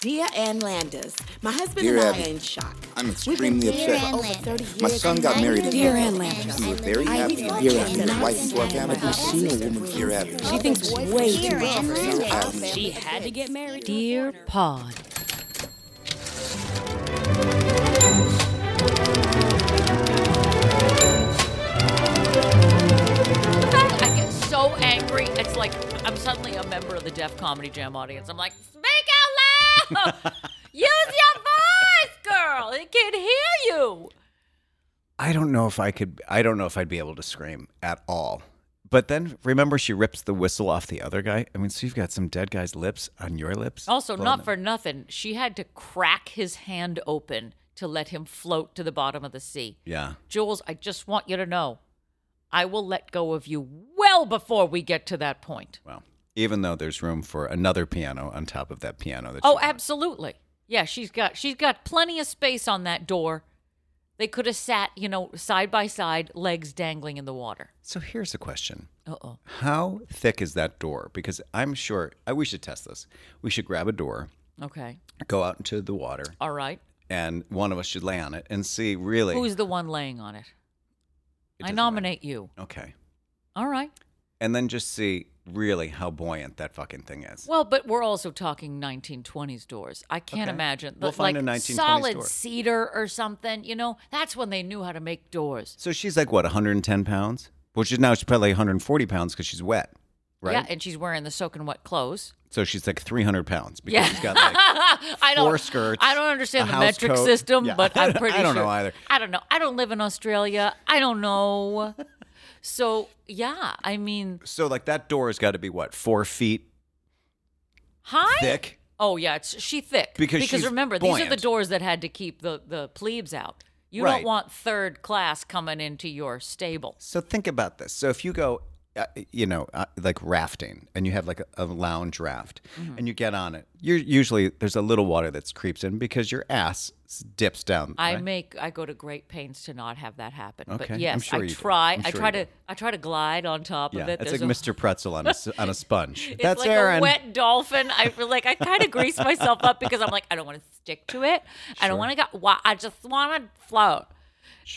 Dear Ann Landis, my husband Dear and I Abby, are in shock. I'm We've been extremely together upset. for over 30 years. My son got and I married in never Dear Ann met Landis. him. We were very I happy thought when he we Dear were was Ann his nice wife and and to our kind and family. I've all. seen a woman Dear Abby, She thinks way too much of Dear Abby, She had to get married. Dear Pod. I get so angry. It's like I'm suddenly a member of the Deaf Comedy Jam audience. I'm like, speak out loud! Use your voice, girl! It can hear you! I don't know if I could. I don't know if I'd be able to scream at all. But then remember, she rips the whistle off the other guy. I mean, so you've got some dead guy's lips on your lips. Also, Blown not up. for nothing, she had to crack his hand open to let him float to the bottom of the sea. Yeah. Jules, I just want you to know I will let go of you well before we get to that point. Well, even though there's room for another piano on top of that piano. That Oh, she- absolutely. Yeah, she's got she's got plenty of space on that door. They could have sat, you know, side by side, legs dangling in the water. So here's a question. Uh oh. How thick is that door? Because I'm sure I, we should test this. We should grab a door, Okay. go out into the water, All right. and one of us should lay on it and see really. Who's the one laying on it? It I doesn't matter. nominate you. Okay. All right. And then just see really how buoyant that fucking thing is. Well, but we're also talking 1920s doors. I can't Okay. imagine. We'll the- find a like 1920s solid door. cedar or something. You know, that's when they knew how to make doors. So she's like what, 110 pounds? Well, she's now she's probably 140 pounds because she's wet, right? Yeah, and she's wearing the soaking wet clothes. so she's like 300 pounds because Yeah. she's got like I don't, four skirts, I don't understand a the house metric coat. system, Yeah. but I'm pretty I don't sure. know either. I don't know. I don't live in Australia. I don't know. So, yeah, I mean, so like that door has got to be what four feet hi. thick. Oh, yeah, it's she thick. Because she's remember, these are buoyant. the doors that had to keep the, the plebes out. You Right. don't want third class coming into your stable. So think about this. So if you go, uh, you know, uh, like rafting, and you have like a, a lounge raft, Mm-hmm. and you get on it, you're usually there's a little water that creeps in because your ass s- dips down. I right? make I go to great pains to not have that happen. Okay, But I'm yes, sure I you do. try. I'm I sure try you to do. I try to glide on top yeah, of it. it's like There's a- Mr. Pretzel on a s- on a sponge. It's That's like Aaron. a wet dolphin. I feel like I kind of grease myself up because I'm like, I don't want to stick to it. I don't want to go. Why? I just want to float.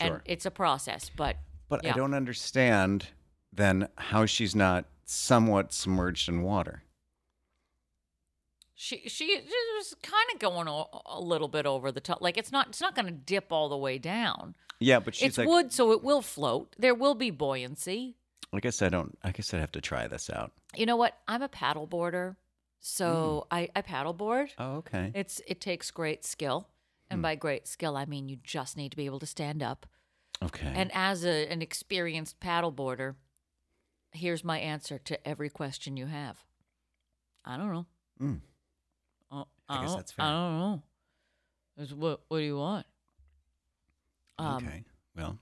And Sure. it's a process, but But yeah. I don't understand then how she's not somewhat submerged in water. She she she was kind of going a, a little bit over the top. Like it's not it's not going to dip all the way down. Yeah, but she's it's like, wood, so it will float. There will be buoyancy. I guess I don't. I guess I'd have to try this out. You know what? I'm a paddleboarder, so I I paddleboard. Oh, Mm. okay. Mm. It's it takes great skill, and by great skill I mean you just need to be able to stand up. okay. And as a, an experienced paddleboarder, here's my answer to every question you have. I don't know. Mm. Oh, I guess don't- that's fair. I don't know. It's what What do you want? Um, okay. Well,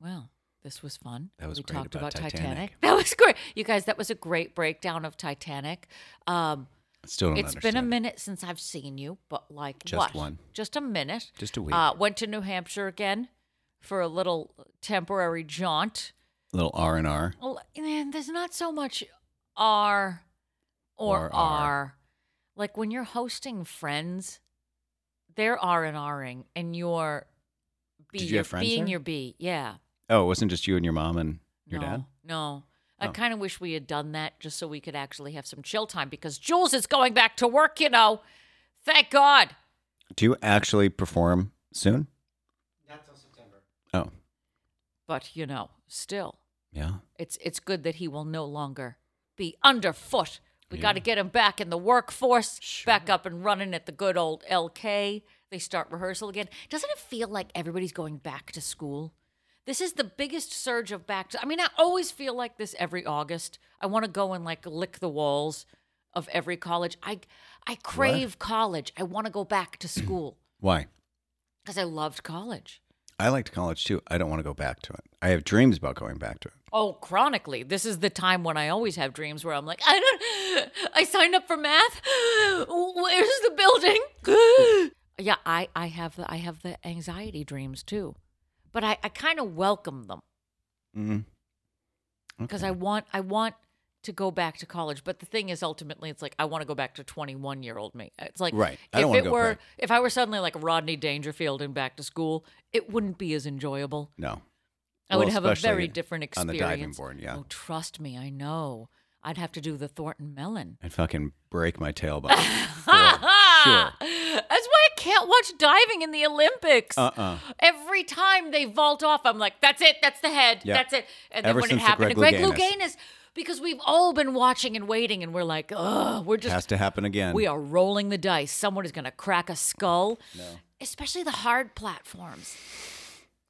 Well, this was fun. That was we great talked about about, Titanic. Titanic. That was great, you guys. That was a great breakdown of Titanic. Um, I still don't it's understand. been a minute since I've seen you, but like Just what? one. Just a minute. Just a week. Uh, went to New Hampshire again for a little temporary jaunt. Little R and R. Well, and there's not so much R or Or R. R. Like when you're hosting friends, they're R and Ring, and you're B, Did you you're have friends being there? your B. Yeah. Oh, it wasn't just you and your mom and your no, dad. No. I Oh. kind of wish we had done that just so we could actually have some chill time because Jules is going back to work, you know. Thank God. Do you actually perform soon? Not till September. But, you know, still. Oh, yeah. it's it's good that he will no longer be underfoot. We got to get him back in the workforce, back up and running at the good old LK. They start rehearsal again. Doesn't it feel like everybody's going back to school? This is the biggest surge of back to. I mean, I always feel like this every August. I want to go and like lick the walls of every college. I I crave college. I want to go back to school Why? because I loved college. I liked college too. I don't want to go back to it. I have dreams about going back to it. Oh, chronically. This is the time when I always have dreams where I'm like, I don't, I signed up for math. Where's the building? yeah, I, I have the, I have the anxiety dreams too, but I, I kind of welcome them Mm. because I want, I want to go back to college. But the thing is, ultimately, it's like I want to go back to 21 year old me. It's like Right. I don't if wanna it go were back. if I were suddenly like Rodney Dangerfield and back to school, it wouldn't be as enjoyable. No. I Well, would have a especially very different on experience the diving board, yeah. Oh, trust me, I know. I'd have to do the Thornton Mellon. And fucking break my tailbone. For sure. Ah! That's why I can't watch diving in the Olympics. Uh-uh. Every time they vault off, I'm like, that's it, that's the head, Yeah. that's it. And then Ever when it since the happened Greg to Greg Louganis. Louganis, because we've all been watching and waiting, and we're like, ugh, we're just, Has to happen again. we are rolling the dice. Someone is going to crack a skull, especially the hard platforms.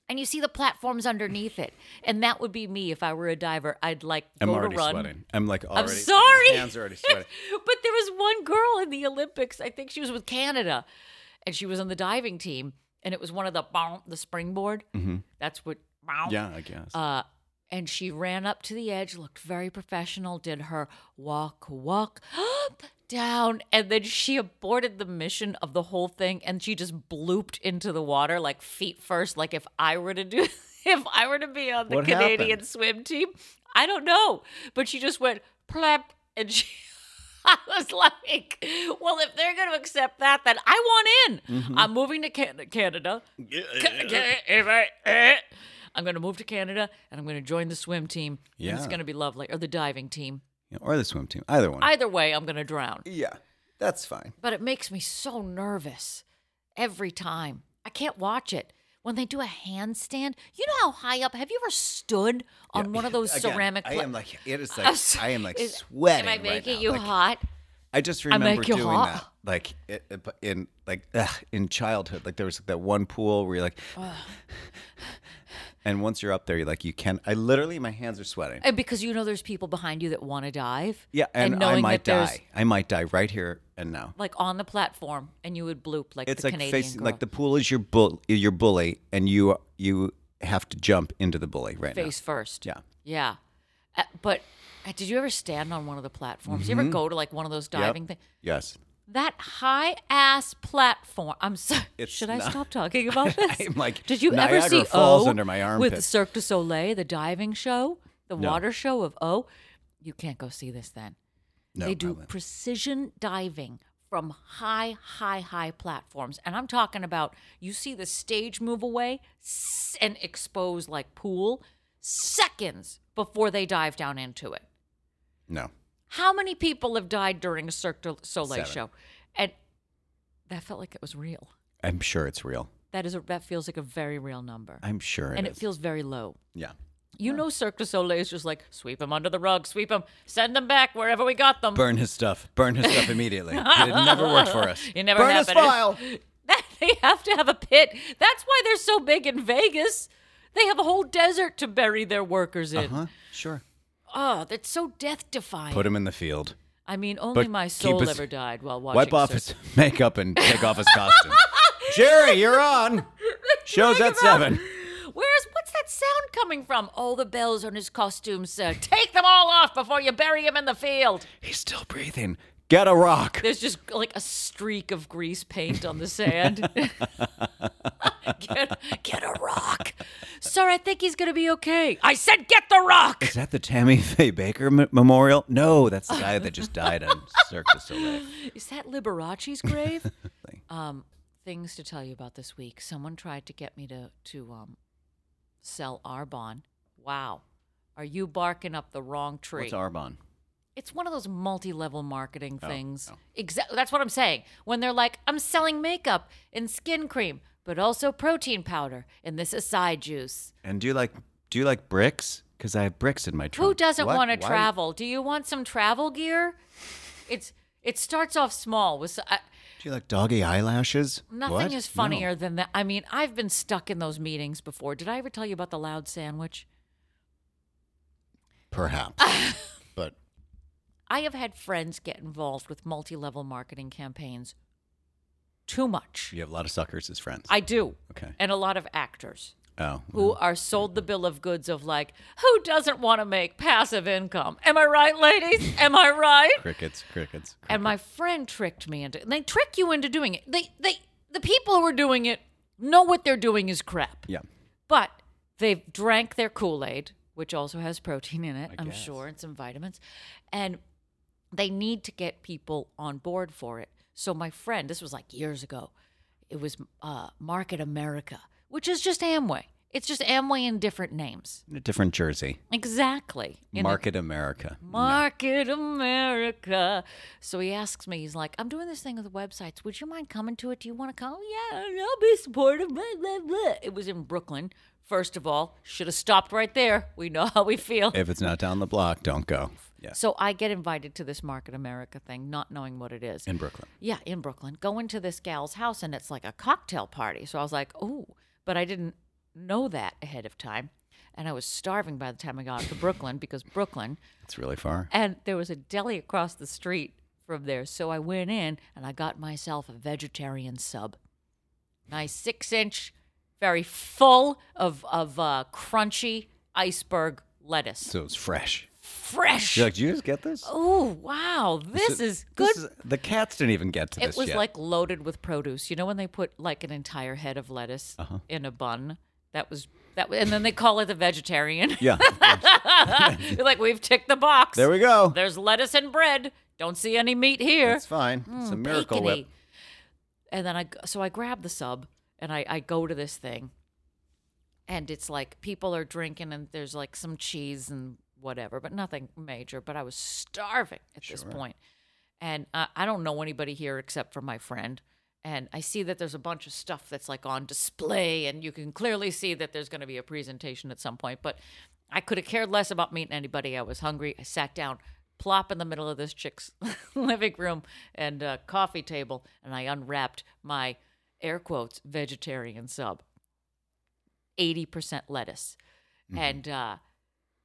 And you see the platforms underneath it. And that would be me if I were a diver. I'd like I'm go already to run. sweating. I'm like already. I'm sorry. My hands are already sweating. but there was one girl in the Olympics. I think she was with Canada, and she was on the diving team, and it was one of the bow, the springboard. That's what. bow. Mm-hmm. yeah, I guess. Uh, and she ran up to the edge, looked very professional, did her walk, walk up, down, and then she aborted the mission of the whole thing, and she just blooped into the water like feet first, like if I were to do, if I were to be on the What Canadian happened? swim team, I don't know, but she just went plep, and she. I was like, well, if they're going to accept that, then I want in. Mm-hmm. I'm moving to Can- Canada. Ca- ca- if I- eh. I'm going to move to Canada and I'm going to join the swim team. and it's Yeah. going to be lovely. Or the diving team. Yeah, or the swim team. Either one. Either way, I'm going to drown. yeah, that's fine. But it makes me so nervous every time. I can't watch it. When they do a handstand, you know how high up? Have you ever stood on one of those Again, ceramic? I pla- am like it is I'm like so- I am like is- sweating. Am I right making now. you Like, hot? I just make remember you doing hot. that, like it, it- but in like ugh, in childhood. Like there was that one pool where you're like, and once you're up there, you're like you can. I literally, my hands are sweating. And because you know there's people behind you that want to dive. yeah, and, I knowing might that there's, die. I might die right here and now. Like on the platform, and you would bloop like It's the like Canadian facing girl. like the pool is your bull, your bully, and you you have to jump into the bully right face first. Yeah. Yeah. Uh, but uh, did you ever stand on one of the platforms? You ever go to like one of those now. Mm-hmm. Yep. diving things? Yes. That high ass platform. I'm sorry. It's Should I not- stop talking about this? I'm like, did you ever Niagara see Falls O under my with armpit. Cirque du Soleil, the diving show, the water show of O? You can't go see this then. No, they I do won't. precision diving from high, high, high platforms. And I'm talking about you see the stage move away s- and expose like pool seconds before they dive down into it. No. How many people have died during a Cirque du Soleil Seven. show? And that felt like it was real. I'm sure it's real. That is a, that feels like a very real number. I'm sure it and is. it feels very low. yeah. You know Cirque du Soleil is just like sweep them under the rug, sweep them, send them back wherever we got them. Burn his stuff. Burn his stuff immediately. it never worked for us. It never Burn happened. his file. That they have to have a pit. That's why they're so big in Vegas. They have a whole desert to bury their workers in. Huh? Sure. Oh, that's so death defying. Uh-huh. Put him in the field. I mean, only But my keep soul his- ever died while watching. Wipe off Cirque- his makeup and take off his costume. Jerry, you're on. Show's at seven. Where's what's that sound coming from? All the bells on his costume, sir. Take them all off before you bury him in the field. He's still breathing. Get a rock. There's just like a streak of grease paint on the sand. get, get a rock, sir. I think he's gonna be okay. I said, get the rock. Is that the Tammy Faye Baker m- Memorial? No, that's the guy that just died on Cirque du Soleil. Is that Liberace's grave? um, things to tell you about this week. Someone tried to get me to to um, sell Arbonne. Wow, are you barking up the wrong tree? What's Arbonne? it's one of those multi-level marketing things. oh. Exactly. That's what I'm saying. When they're like, "I'm selling makeup and skin cream, but also protein powder, and this acai juice." And do you like do you like bricks? Because I have bricks in my trunk. Who doesn't What? want to Why- travel? Do you want some travel gear? It's it starts off small with. s- I- Do you like doggy eyelashes? Nothing What? is No. funnier than that. I mean, I've been stuck in those meetings before. Did I ever tell you about the loud sandwich? Perhaps. but I have had friends get involved with multi level marketing campaigns too much. you have a lot of suckers as friends. I do. Okay. And a lot of actors oh. who are sold the bill of goods of like, who doesn't want to make passive income? Am I right, ladies? Am I right? Crickets, crickets. And my friend tricked me into and they trick you into doing it. They they the people who are doing it know what they're doing is crap. Yeah. But they've drank their Kool Aid. which also has protein in it, I'm guess. sure, and some vitamins. And they need to get people on board for it. So my friend, this was like years ago, it was uh, Market America, which is just Amway. It's just Amway in different names. In a different jersey. Exactly. In a- Market America. Market America. So he asks me, he's like, I'm doing this thing with the websites. Would you mind coming to it? Do you want to come? Yeah, I'll be supportive. Blah, blah, blah. It was in Brooklyn. First of all, should have stopped right there. We know how we feel. If it's not down the block, don't go. Yeah. So I get invited to this Market America thing, not knowing what it is. In Brooklyn. Yeah, in Brooklyn. Go into this gal's house and it's like a cocktail party. So I was like, oh, but I didn't know that ahead of time. And I was starving by the time I got to Brooklyn because Brooklyn, It's really far. and there was a deli across the street from there. So I went in and I got myself a vegetarian sub. Nice six inch, very full of, of uh, crunchy iceberg lettuce. So it's fresh. Fresh. You're like, did you just get this? Oh, wow. This is good. This is, the cats didn't even get to it this was yet. like loaded with produce. You know when they put like an entire head of lettuce Uh-huh. in a bun? That was that and then they call it the vegetarian. yeah. You're like we've ticked the box. There we go. There's lettuce and bread. Don't see any meat here. Hmm, It's fine. it's a miracle bacony. whip. And then I g- so I grab the sub and I, I go to this thing, and it's like people are drinking and there's like some cheese and whatever, but nothing major. But I was starving at this point, and I, I don't know anybody here except for my friend. And I see that there's a bunch of stuff that's like on display, and you can clearly see that there's going to be a presentation at some point. But I could have cared less about meeting anybody. I was hungry. I sat down, plop in the middle of this chick's living room and uh, coffee table, and I unwrapped my air quotes vegetarian sub. 80% lettuce. Mm-hmm. And uh,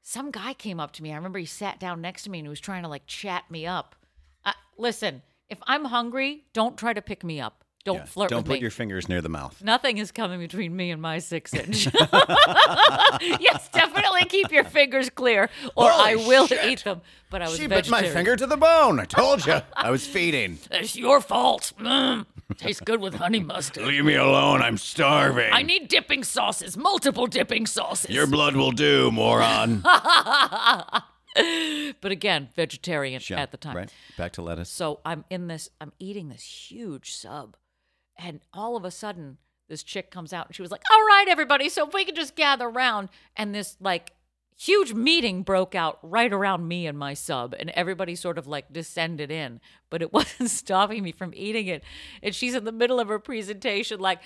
some guy came up to me. I remember he sat down next to me and he was trying to like chat me up. Uh, listen, if I'm hungry, don't try to pick me up. Don't Yeah. flirt Don't with put me. your fingers near the mouth. Nothing is coming between me and my six inch. yes, definitely keep your fingers clear, or Holy I will shit. eat them. But I was She bit my vegetarian. finger to the bone. I told you. I was feeding. It's your fault. Mm. Tastes good with honey mustard. Leave me alone. I'm starving. I need dipping sauces, multiple dipping sauces. Your blood will do, moron. but again, vegetarian Yeah, at the time. Right. Back to lettuce. So I'm in this, I'm eating this huge sub. And all of a sudden, this chick comes out and she was like, All right, everybody, so if we could just gather around. And this like huge meeting broke out right around me and my sub. And everybody sort of like descended in, but it wasn't stopping me from eating it. And she's in the middle of her presentation, like,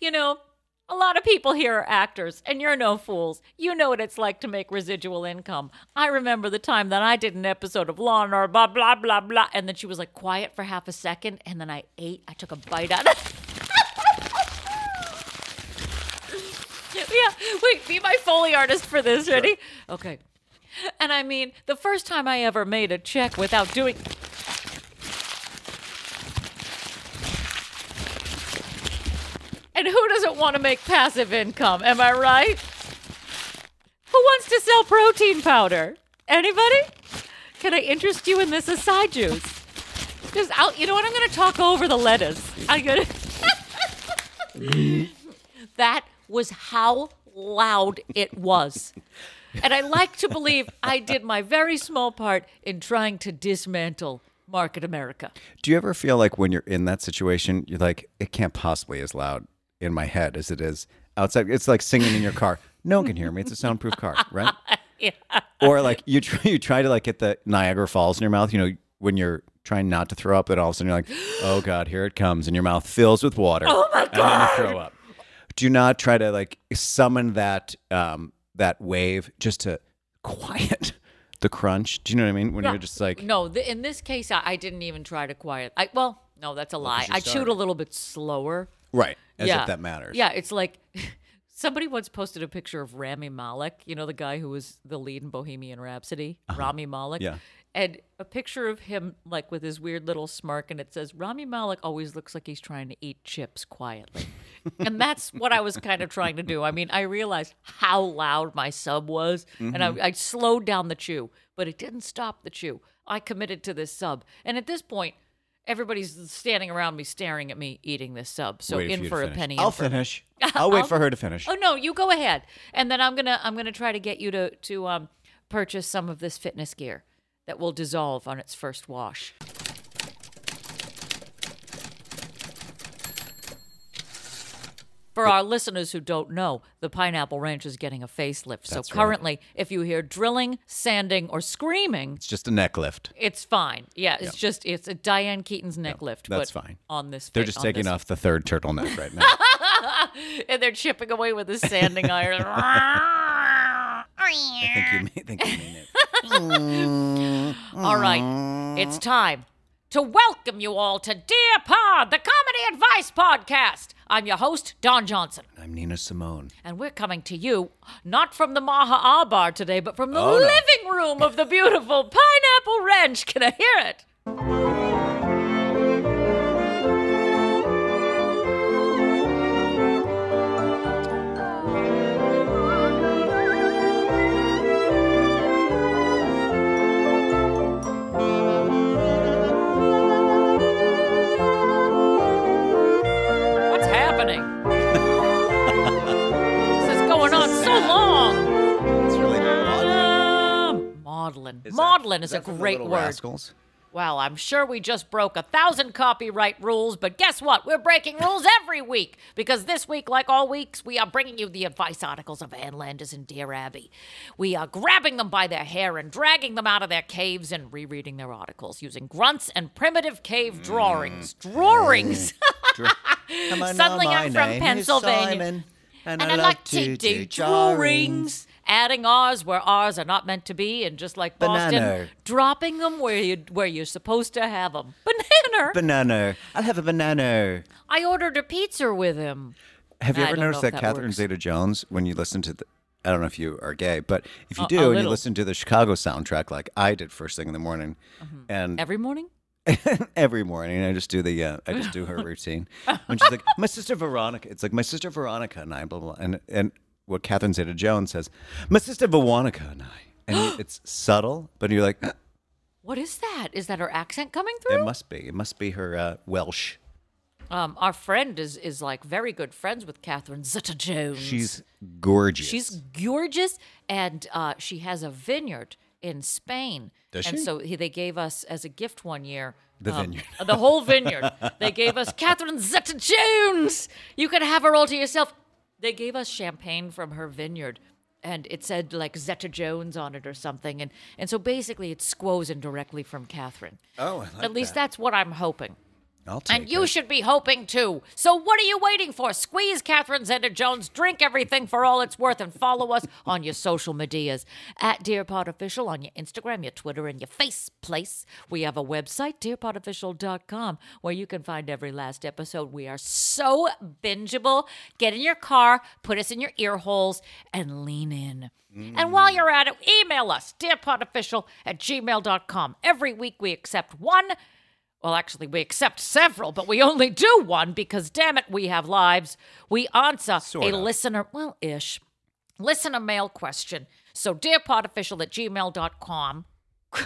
You know, a lot of people here are actors, and you're no fools. You know what it's like to make residual income. I remember the time that I did an episode of Law and Order, blah, blah, blah, blah. And then she was like quiet for half a second, and then I ate. I took a bite out of Yeah, wait, be my Foley artist for this. Ready? Okay. And I mean, the first time I ever made a check without doing. And who doesn't want to make passive income? Am I right? Who wants to sell protein powder? Anybody? Can I interest you in this aside juice? Just out, you know what? I'm going to talk over the lettuce. I'm going to. That was how loud it was. And I like to believe I did my very small part in trying to dismantle Market America. Do you ever feel like when you're in that situation, you're like, it can't possibly as loud in my head as it is outside? It's like singing in your car. No one can hear me. It's a soundproof car, right? Or like you try, you try to like get the Niagara Falls in your mouth. You know when you're trying not to throw up, and all of a sudden you're like, oh god, here it comes, and your mouth fills with water. Oh my god! And then you throw up. Do not try to like summon that um that wave just to quiet the crunch. Do you know what I mean? When you're just like, No, th- in this case, I, I didn't even try to quiet. I, well, no, that's a lie. you I started. chewed a little bit slower. right, as if that matters. Yeah, it's like somebody once posted a picture of Rami Malek, you know, the guy who was the lead in Bohemian Rhapsody, Rami Malek. Uh-huh. Yeah. And a picture of him, like with his weird little smirk, and it says, Rami Malek always looks like he's trying to eat chips quietly. and that's what I was kind of trying to do. I mean, I realized how loud my sub was, and Mm-hmm. I, I slowed down the chew, but it didn't stop the chew. I committed to this sub. And at this point, Everybody's standing around me, staring at me, eating this sub. So Wait in you to for a finish. penny. in I'll for a- finish. I'll wait I'll- for her to finish. Oh no, you go ahead, and then I'm gonna I'm gonna try to get you to to um purchase some of this fitness gear that will dissolve on its first wash. For our listeners who don't know, the Pineapple Ranch is getting a facelift. So That's right. currently, if you hear drilling, sanding, or screaming, It's just a neck lift. it's fine. Yeah, it's just it's a Diane Keaton's neck lift. that's but fine. On this, They're fa- just on taking this- off the third turtleneck right now. and they're chipping away with a sanding iron. I think you mean, I think you mean it. All right, it's time to welcome you all to Dear Pod, the comedy advice podcast. I'm your host, Don Johnson, I'm Nina Simone. and we're coming to you not from the Maha Bar today, but from the Oh, no. living room of the beautiful Pineapple Ranch. Can I hear it? What's happening? this is going on so long. It's really Um, maudlin. maudlin is a great word. Rascals? Well, I'm sure we just broke a thousand copyright rules, but guess what? We're breaking rules every week because this week, like all weeks, we are bringing you the advice articles of Ann Landers and Dear Abby. We are grabbing them by their hair and dragging them out of their caves and rereading their articles using grunts and primitive cave drawings. Drawings. Suddenly I'm from Pennsylvania. and, and I like to do drawings. Adding R's where R's are not meant to be, and just like Boston, Banana. dropping them where you where you're supposed to have them. Banana. Banana. I'll have a banana. I ordered a pizza with him. Have you I ever don't know noticed if that, that Catherine works. Zeta Jones, when you listen to the, I don't know if you are gay, but if you A- a do and you little. listen to the Chicago soundtrack like I did first thing in the morning Mm-hmm. and every, Every morning? morning, I just do the, uh, I just do her routine. When she's like, my sister Veronica, it's like my sister Veronica and I, blah, blah, blah. And, and what Catherine Zeta Jones says, my sister Veronica and I. And you- it's subtle, but you're like, What is that? Is that her accent coming it through? must be. It must be her uh, Welsh. Um, our friend is is like very good friends with Catherine Zeta Jones. She's gorgeous. she's gorgeous, and uh, she has a vineyard in Spain. Does and she? so he, they gave us as a gift one year um, The vineyard. the whole vineyard. They gave us Catherine Zeta Jones. You can have her all to yourself. They gave us champagne from her vineyard. And it said like Zeta Jones on it or something. And and so basically it's squozen directly from Catherine. Oh, I like At least that. that's what I'm hoping. I'll take And you it. should be hoping too. So what are you waiting for? Squeeze Catherine Zeta Jones, drink everything for all it's worth, and follow us on your social medias at Dear Pod Official on your Instagram, your Twitter, and your face place. We have a website, dearpodofficial.com, where you can find every last episode. We are so bingeable. Get in your car, put us in your ear holes, and lean in. And while you're at it, email us, dearpodofficial at gmail.com. Every week we accept one well, actually, we accept several, but we only do one because, damn it, we have lives. We answer Sort a of. listener, well, ish, listener mail question. So, dearpodofficial at gmail.com.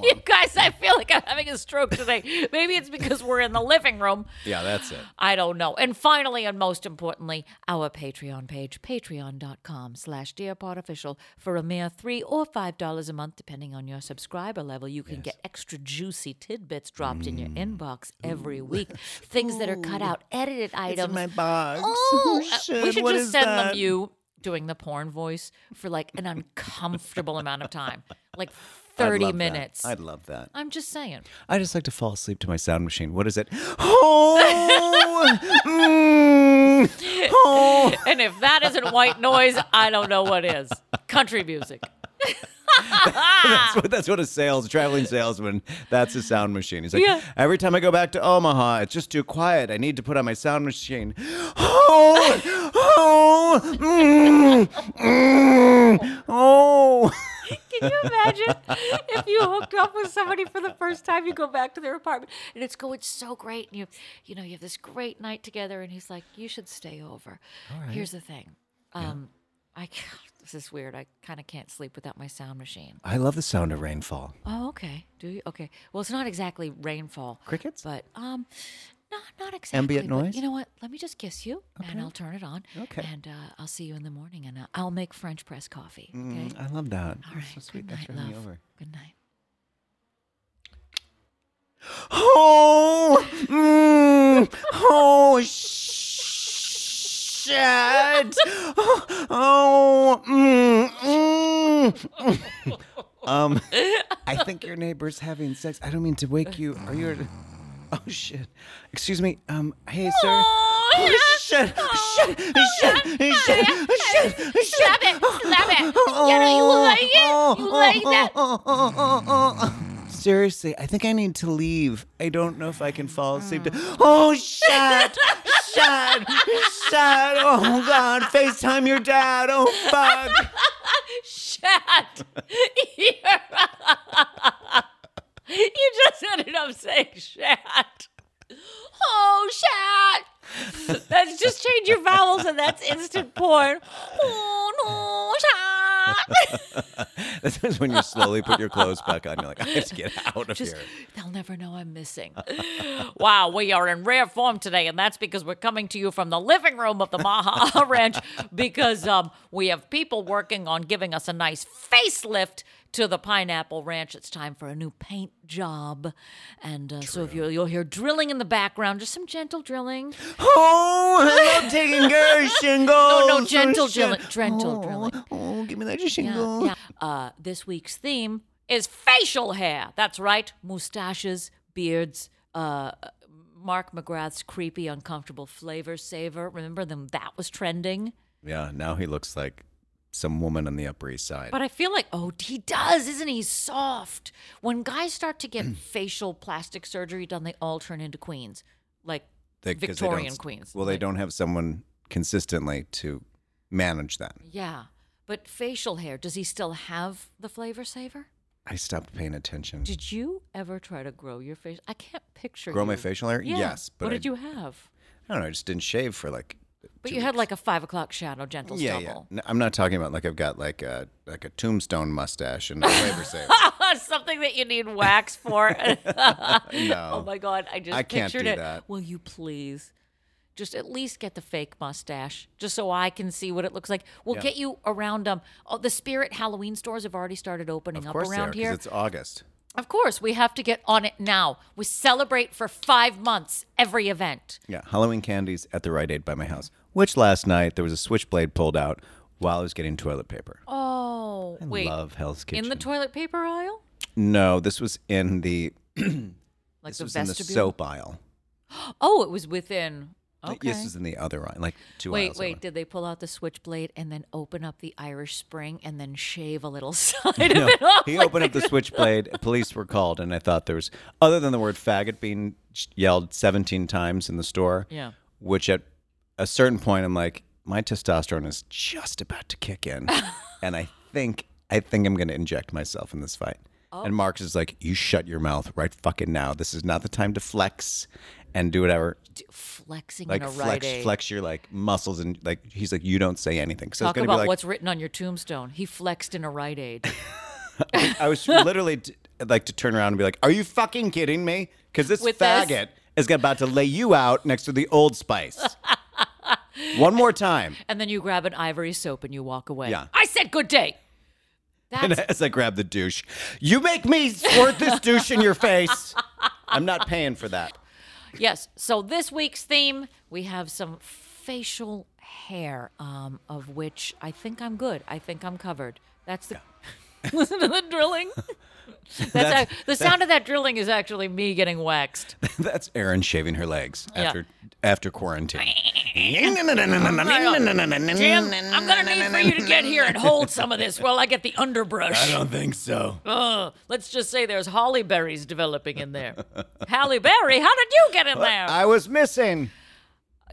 You guys, I feel like I'm having a stroke today. Maybe it's because we're in the living room. Yeah, that's it. I don't know. And finally, and most importantly, our Patreon page, patreon.com slash dearpodofficial. For a mere three or five dollars a month, depending on your subscriber level, you can get extra juicy tidbits dropped in your Mm. inbox every week. Things that are cut out, edited items. my box. Oh, Oh, uh, we shit, should what just is send that? them you doing the porn voice for like an uncomfortable amount of time, like I'd 30 love that. minutes. Uh, I'd love that. I'm just saying. I just like to fall asleep to my sound machine. What is it? Oh, mm, oh. And if that isn't white noise, I don't know what is. Country music. That's, what, that's what a sales traveling salesman. That's a sound machine. He's like, Yeah. every time I go back to Omaha, it's just too quiet. I need to put on my sound machine. Oh, oh, mm, mm, oh. Can you imagine if you hooked up with somebody for the first time? You go back to their apartment and it's going so great, and you, you know, you have this great night together. And he's like, "You should stay over." Here's the thing, um, I can't. This is weird. I kind of can't sleep without my sound machine. I love the sound of rainfall. Oh, okay. Do you? Okay. Well, it's not exactly rainfall. Crickets? But um, no, not exactly. Ambient but noise? You know what? Let me just kiss you, and I'll turn it on. Okay. And uh, I'll see you in the morning, and uh, I'll make French press coffee. Okay. I love that. Mm, That's All right. So sweet. Good Thanks night, for having love. me over. Good night. Oh, mm, oh, shit. Oh, mm, mm. um, I think your neighbor's having sex. I don't mean to wake you. Are you? Oh shit. Excuse me. Um, hey, sir. Oh, shit. Shit. Shit. Shit. Shit. Slap it, slap it. Oh, You know, you like it? You like that? Seriously, I think I need to leave. I don't know if I can fall asleep. To- oh, shit! shit! Shit! Oh, God. FaceTime your dad. Oh, fuck. Shut your You just ended up saying shat. Oh, shat. That's just change your vowels and that's instant porn. Oh, no, shat. this is when you slowly put your clothes back on. You're like, I have to get out of Just, here. they'll never know I'm missing. wow, we are in rare form today, and that's because we're coming to you from the living room of the Maha Ranch because um, we have people working on giving us a nice facelift to the Pineapple Ranch. It's time for a new paint job, and uh, so if you you'll hear drilling in the background, just some gentle drilling. Oh, I love taking care of shingles. No, no, gentle Shit. drilling, gentle oh, drilling. Oh, give me that Yeah, shingle. yeah. Uh, this week's theme is facial hair. That's right, mustaches, beards. Uh, Mark McGrath's creepy, uncomfortable flavor saver. Remember them? That was trending. Yeah, now he looks like some woman on the Upper East Side. But I feel like, oh, he does, isn't he? Soft. When guys start to get facial plastic surgery done, they all turn into queens, like They- 'cause they don't Victorian s- queens. Well, they like- don't have someone consistently to manage that. Yeah, but facial hair. Does he still have the flavor saver? I stopped paying attention. Did you ever try to grow your face? I can't picture Grow my you- facial hair? Yeah. Yes, but what I- did you have? I don't know. I just didn't shave for like. But two you had weeks. like a five o'clock shadow, gentle Yeah, yeah. stubble. No, I'm not talking about like I've got like a like a tombstone mustache and a flavor saver. Oh, Something that you need wax for. No. Oh my god, I just I can't pictured do it. that. Will you please just at least get the fake mustache, just so I can see what it looks like. We'll Yeah. get you around. Um, oh, the Spirit Halloween stores have already started opening Of up course, they are, around 'cause here. it's August. Of course, we have to get on it now. We celebrate for five months every event. Yeah, Halloween candies at the Rite Aid by my house. Which last night there was a switchblade pulled out while I was getting toilet paper. Oh, I wait, love Hell's Kitchen. in the toilet paper aisle, no, this was in the like this the was in the vestibule. soap aisle. Oh, it was within. Like, Okay. This is in the other aisle, like two Wait, aisles. wait. over. Did they pull out the switchblade and then open up the Irish Spring and then shave a little side of it off? He Like, opened up the switchblade. Police were called, and I thought there was, other than the word faggot being yelled 17 times in the store, Yeah. which at a certain point, I'm like, my testosterone is just about to kick in. and I think, I think I'm going to inject myself in this fight. Oh. And Marx is like, you shut your mouth right fucking now. This is not the time to flex and do whatever. d- flexing Like in a right flex, flex your like muscles and like he's like you don't say anything. So Talk it's gonna about be like what's written on your tombstone. He flexed in a right aid. I was literally t- like to turn around and be like, "Are you fucking kidding me?" Because this With this? faggot is about to lay you out next to the Old Spice. One more time, and then you grab an ivory soap and you walk away. Yeah. I said good day. and That's as I grab the douche, you make me squirt this douche in your face. I'm not paying for that. yes. So this week's theme, we have some facial hair, um, of which I think I'm good. I think I'm covered. That's the. Listen to the drilling. That's, That's- ac- the sound of that drilling is actually me getting waxed. That's Erin shaving her legs Yeah. after after quarantine. Jim, I'm gonna need for you to get here and hold some of this while I get the underbrush. don't think so. Ugh. let's just say there's holly berries developing in there. Halle Berry, how did you get in there? I was missing.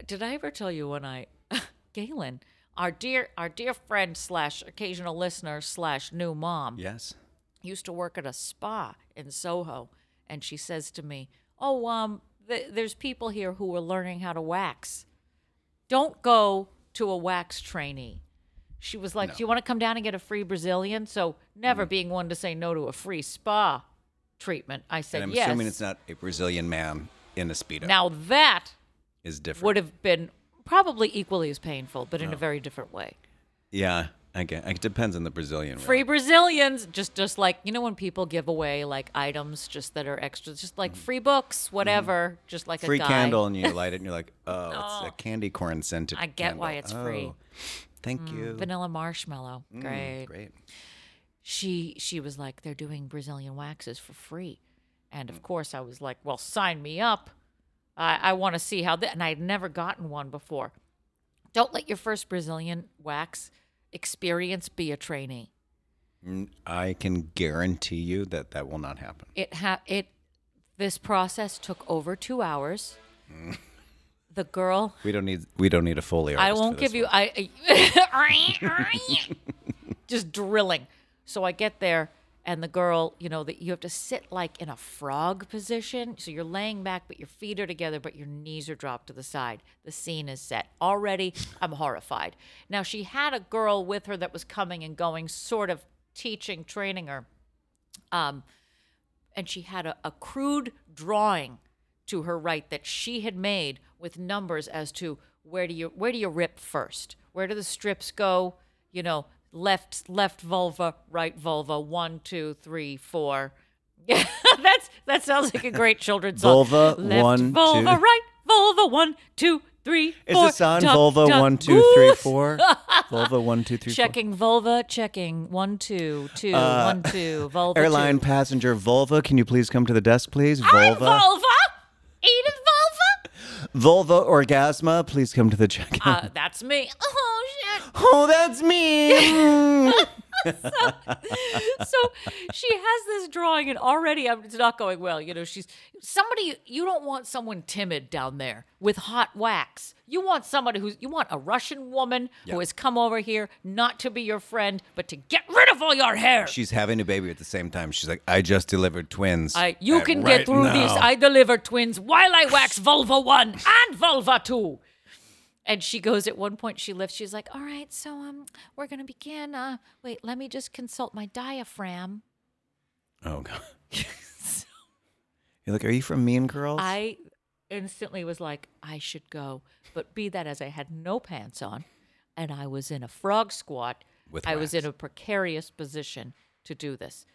did I ever tell you when I, Galen, our dear, our dear friend slash occasional listener slash new mom Yes. used to work at a spa in Soho, and she says to me, "Oh, um, th- there's people here who are learning how to wax. Don't go to a wax trainee." She was like, Do you want to come down and get a free Brazilian? So, never Mm-hmm. being one to say no to a free spa treatment, I said And I'm yes. assuming it's not a Brazilian man in a speedo. now, that is different. would have been probably equally as painful, but in a very different way. yeah, I guess, it depends on the Brazilian. Free Brazilians, just just like you know when people give away like items just that are extra, just like free books, whatever, just like Mm-hmm. free a guy. candle and you light it and you're like, oh, it's a candy corn scented. I get why candle. it's free. Mm, Oh, Thank you. vanilla marshmallow. Great. Mm, Great. She she was like, they're doing Brazilian waxes for free, and Mm. of course I was like, well, sign me up. I I want to see how that. And I had never gotten one before. Don't let your first Brazilian wax experience be a trainee. Mm, I can guarantee you that that will not happen. It ha- it this process took over two hours. the girl We don't need we don't need a folio. I won't give you. I, I just drilling. So I get there, and the girl, you know, that you have to sit like in a frog position. So you're laying back, but your feet are together, but your knees are dropped to the side. The scene is set. Already, I'm horrified. Now she had a girl with her that was coming and going, sort of teaching, training her. Um, and she had a, a crude drawing to her right that she had made with numbers as to where do you where do you rip first? Where do the strips go? You know, left left vulva, right vulva, one, two, three, four. Yeah, that's that sounds like a great children's song. Vulva, left, one, vulva, two- right, vulva, one, two, three, Is four. this on duck, Volvo duck, one two three goose. four? Volvo one two three four. Uh, Checking vulva, checking one, two, two, one, two, vulva. Airline two. passenger Volva, can you please come to the desk, please? I'm Volva, vulva. Edith vulva. Volva orgasma, please come to the checkout. Uh, that's me. Oh shit. oh, that's me. So she has this drawing, and already I'm, it's not going well. You know, she's somebody. You don't want someone timid down there with hot wax. You want somebody who's. You want a Russian woman Yeah. who has come over here not to be your friend, but to get rid of all your hair. She's having a baby at the same time. She's like, I just delivered twins. I, you Uh, can right get through this. now. I deliver twins while I wax vulva one and vulva two. And she goes at one point, she lifts, she's like, All right, so um, we're going to begin. Uh, wait, let me just consult my diaphragm. Oh god. You're like, are you from Mean Girls? I instantly was like, I should go. But be that as I had no pants on and I was in a frog squat, With I was wax. in a precarious position to do this.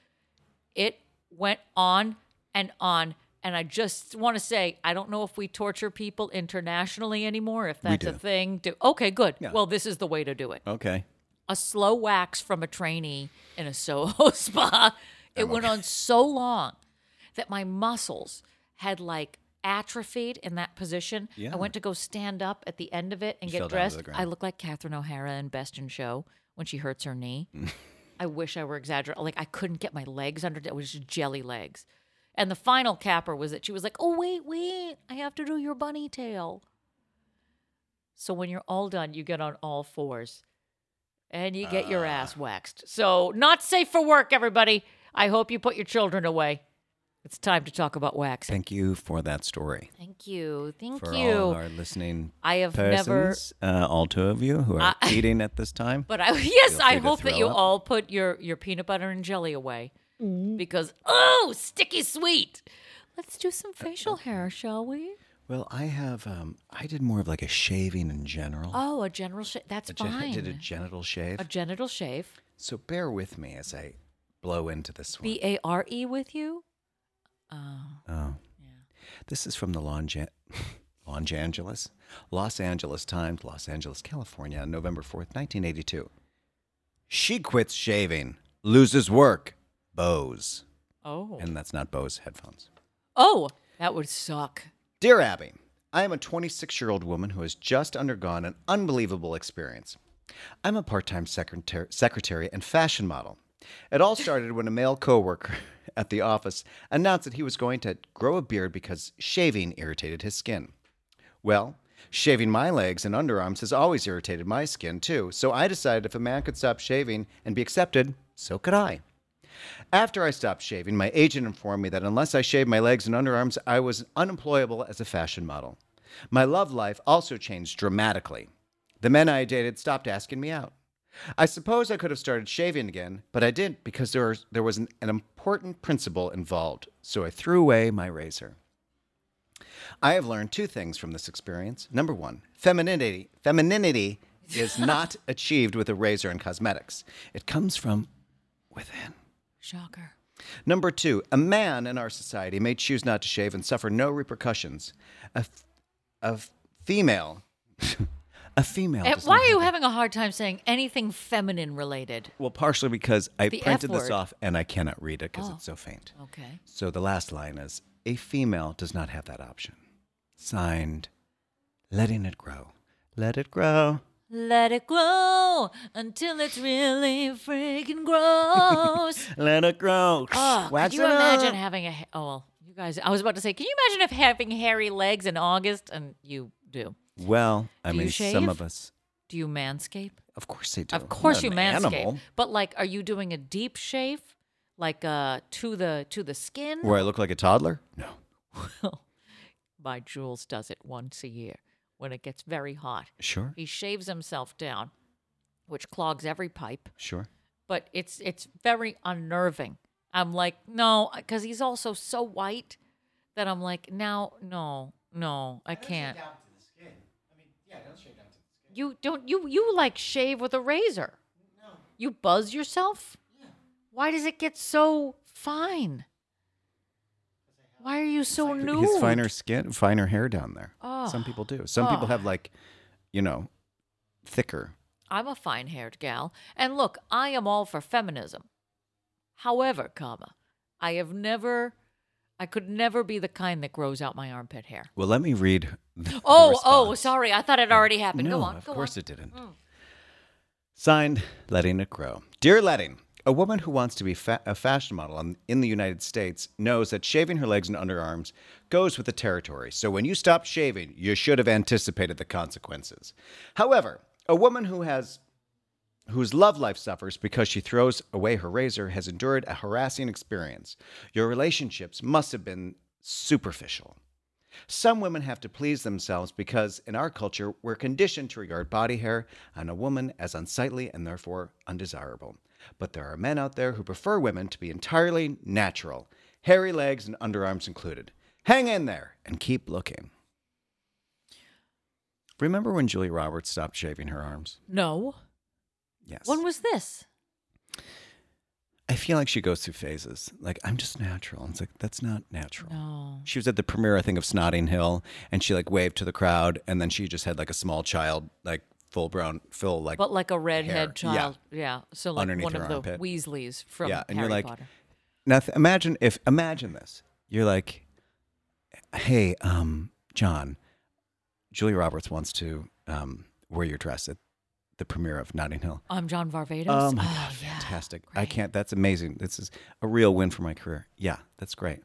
It went on and on. And I just want to say, I don't know if we torture people internationally anymore, if that's a do. thing. Do, okay, good. Yeah. Well, this is the way to do it okay. a slow wax from a trainee in a Soho spa. It went on so long that my muscles had like atrophied in that position. I went to go stand up at the end of it and fell get down to dressed. the ground. I look like Catherine O'Hara in Best in Show when she hurts her knee. I wish I were exaggerating. Like I couldn't get my legs under. It was just jelly legs. And the final capper was that she was like, "Oh wait, wait, I have to do your bunny tail." So when you're all done, you get on all fours, and you get your Ah. ass waxed. So not safe for work, everybody. I hope you put your children away. It's time to talk about waxing. Thank you for that story. Thank you, thank For you. all our listening I have never persons, uh, all two of you who are eating at this time. But I yes, Feel I free to hope that throw you up. all put your your peanut butter and jelly away because oh, sticky sweet. Let's do Uh, some facial hair, shall we? Well, I have. Um, I did more of like a shaving in general. Oh, a general shave. That's A gen- I fine. did a genital shave. a genital shave. so bear with me as I blow into this one. B A R E with you. Oh, oh, this is from the Longe- Longangeles, Los Angeles Times, Los Angeles, California, on November fourth, nineteen eighty-two. She quits shaving, loses work, bows, oh, and that's not Bose headphones. oh, that would suck. Dear Abby, I am a 26 year old woman who has just undergone an unbelievable experience. I'm a part time secretary, secretary and fashion model. It all started when a male coworker at the office announced that he was going to grow a beard because shaving irritated his skin. Well, shaving my legs and underarms has always irritated my skin too, so I decided if a man could stop shaving and be accepted, so could I. After I stopped shaving, my agent informed me that unless I shaved my legs and underarms, I was unemployable as a fashion model. My love life also changed dramatically. The men I dated stopped asking me out. I suppose I could have started shaving again, but I didn't because there was, there was an, an important principle involved, so I threw away my razor. I have learned two things from this experience. Number one, femininity femininity is not achieved with a razor and cosmetics. It comes from within. Shocker. Number two, a man in our society may choose not to shave and suffer no repercussions. A, f- a f- female, a female. And does why not are you have- having a hard time saying anything feminine related? Well, partially because I The F printed this word. off and I cannot read it because Oh. it's so faint. Okay. So the last line is a female does not have that option. Signed, letting it grow. Let it grow. Let it grow until it's really freaking gross. Let it grow. oh, could Wax you it imagine up. having a? ha- Oh well, you guys. I was about to say, can you imagine if having hairy legs in August? And you do. Well, I Do you mean, some shave? of us. Do you manscape? Of course they do. Of course I'm you not manscape. an animal. But like, are you doing a deep shave, like uh to the to the skin? Where I look like a toddler? No. My Jules does it once a year when it gets very hot. Sure. He shaves himself down, which clogs every pipe. Sure. but it's it's very unnerving. I'm like, no, because he's also so white that I'm like, now, no, no, I can't. You don't you you like shave with a razor? No. You buzz yourself? Yeah. Why does it get so fine? Why are you so nude? He's finer skin, finer hair down there. Some people do. Some Ah. people have like, you know, thicker. I'm a fine haired gal, and look, I am all for feminism. However, comma, I have never I could never be the kind that grows out my armpit hair. Well, let me read. The, the Oh, oh, response. Oh, sorry. I thought it already happened. No, go on, of go course on. Mm. it didn't. Signed, Letting It Grow. Dear Letting, a woman who wants to be fa- a fashion model on, in the United States knows that shaving her legs and underarms goes with the territory. So when you stop shaving, you should have anticipated the consequences. However, a woman who has whose love life suffers because she throws away her razor has endured a harassing experience. Your relationships must have been superficial. Some women have to please themselves because in our culture, we're conditioned to regard body hair on a woman as unsightly and therefore undesirable. But there are men out there who prefer women to be entirely natural, hairy legs and underarms included. Hang in there and keep looking. Remember when Julia Roberts stopped shaving her arms? No. Yes. When was this? I feel like she goes through phases. Like, I'm just natural. And it's like, that's not natural. No. She was at the premiere, I think, of Snotting Hill, and she like waved to the crowd, and then she just had like a small child, like full brown, full like But like a redhead Hair, yeah. child. Yeah. So like Underneath one her of the armpit. Weasleys from yeah. And Harry you're like, Potter. now th- imagine if imagine this. You're like, hey, um, John, Julia Roberts wants to um, wear your dress at the premiere of Notting Hill. I'm John Varvatos. Oh my god, yeah. fantastic! I can't. That's amazing. This is a real win for my career. Yeah, that's great.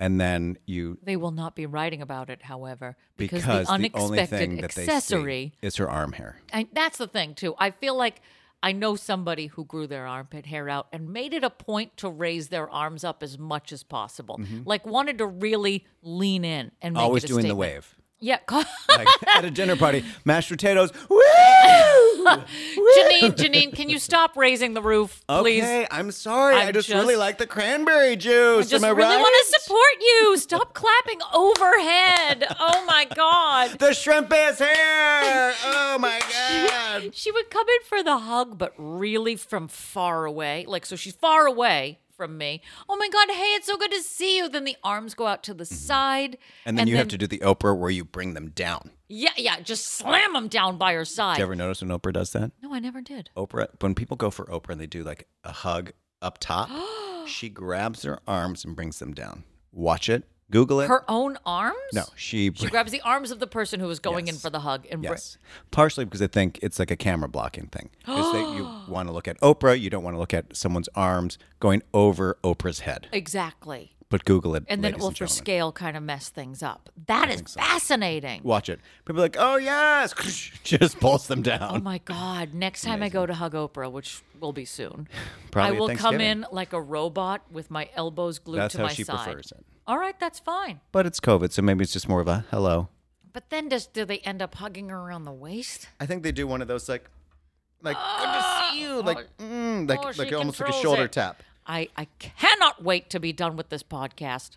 And then you They will not be writing about it, however, because, because the the, only unexpected thing that accessory. they see is her arm hair. I, that's the thing too. I feel like I know somebody who grew their armpit hair out and made it a point to raise their arms up as much as possible. Like wanted to really lean in and make Mm-hmm. Always it a doing the statement. wave. Yeah, Like at a dinner party, mashed potatoes. Woo! Janine, Janine, can you stop raising the roof, please? Okay, I'm sorry. i I'm just, just- really like the cranberry juice. I Am just I really right? want to support you. Stop clapping overhead. Oh my god. the shrimp is here. Oh my god. She would come in for the hug, but really from far away. Like, so she's far away from me. Oh my God, hey, it's so good to see you. Then the arms go out to the side. Mm-hmm. And then you have to do the Oprah where you bring them down. Yeah, yeah, just slam them down by her side. Do you ever notice when Oprah does that? no, I never did. Oprah, when people go for Oprah and they do like a hug up top, she grabs their arms and brings them down. Watch it. Google it. Her own arms? no, she. She grabs the arms of the person who was going in Yes. for the hug and br- Yes. Partially because I think it's like a camera blocking thing. Is that you want to look at Oprah, you don't want to look at someone's arms going over Oprah's head. exactly. But Google it. And then it ladies will, and for gentlemen. scale, kind of mess things up. That is fascinating. Watch it. People are like, oh, yes. Just pulls them Oh down. my God. Next time I go to hug Oprah, which will be soon, Probably I at will come Thanksgiving. in like a robot with my elbows glued That's to how my she side. prefers it. All right, that's fine. But it's COVID, so maybe it's just more of a hello. But then does do they end up hugging her around the waist? I think they do one of those like, Like, good to see you. Like, mm, like, Oh, like she almost like a controls shoulder it. tap. I, I cannot wait to be done with this podcast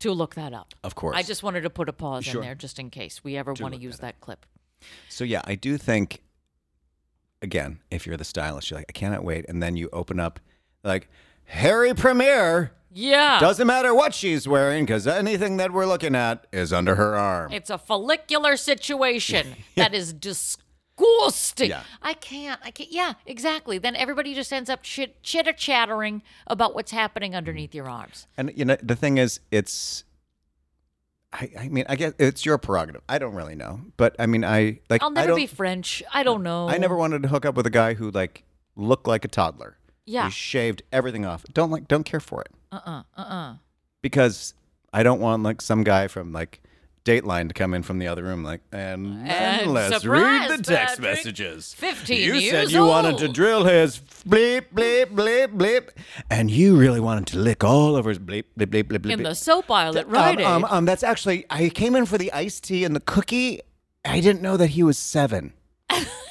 to look that up. Of course. I just wanted to put a pause Sure. in there just in case we ever want to look use that clip. So yeah, I do think again, if you're the stylist, you're like, I cannot wait. And then you open up like Harry Premier. Yeah. Doesn't matter what she's wearing, because anything that we're looking at is under her arm. It's a follicular situation that is disgusting. Yeah. I can't. I can't. Yeah, exactly. Then everybody just ends up chit chitter chattering about what's happening Mm. underneath your arms. and you know, the thing is, it's. I, I mean, I guess it's your prerogative. I don't really know, but I mean, I like. I'll I never don't, be French. I don't know. I never wanted to hook up with a guy who like looked like a toddler. Yeah. He shaved everything off. Don't like don't care for it. Uh uh-uh, uh Because I don't want like some guy from like Dateline to come in from the other room like and, then And let's read surprise, the text Patrick, messages. 15 You said years you wanted to old." drill his bleep bleep bleep bleep and you really wanted to lick all over his bleep bleep bleep bleep bleep. in the bleep. soap island, Um, right? um, um, that's actually I came in for the iced tea and the cookie. I didn't know that he was seven.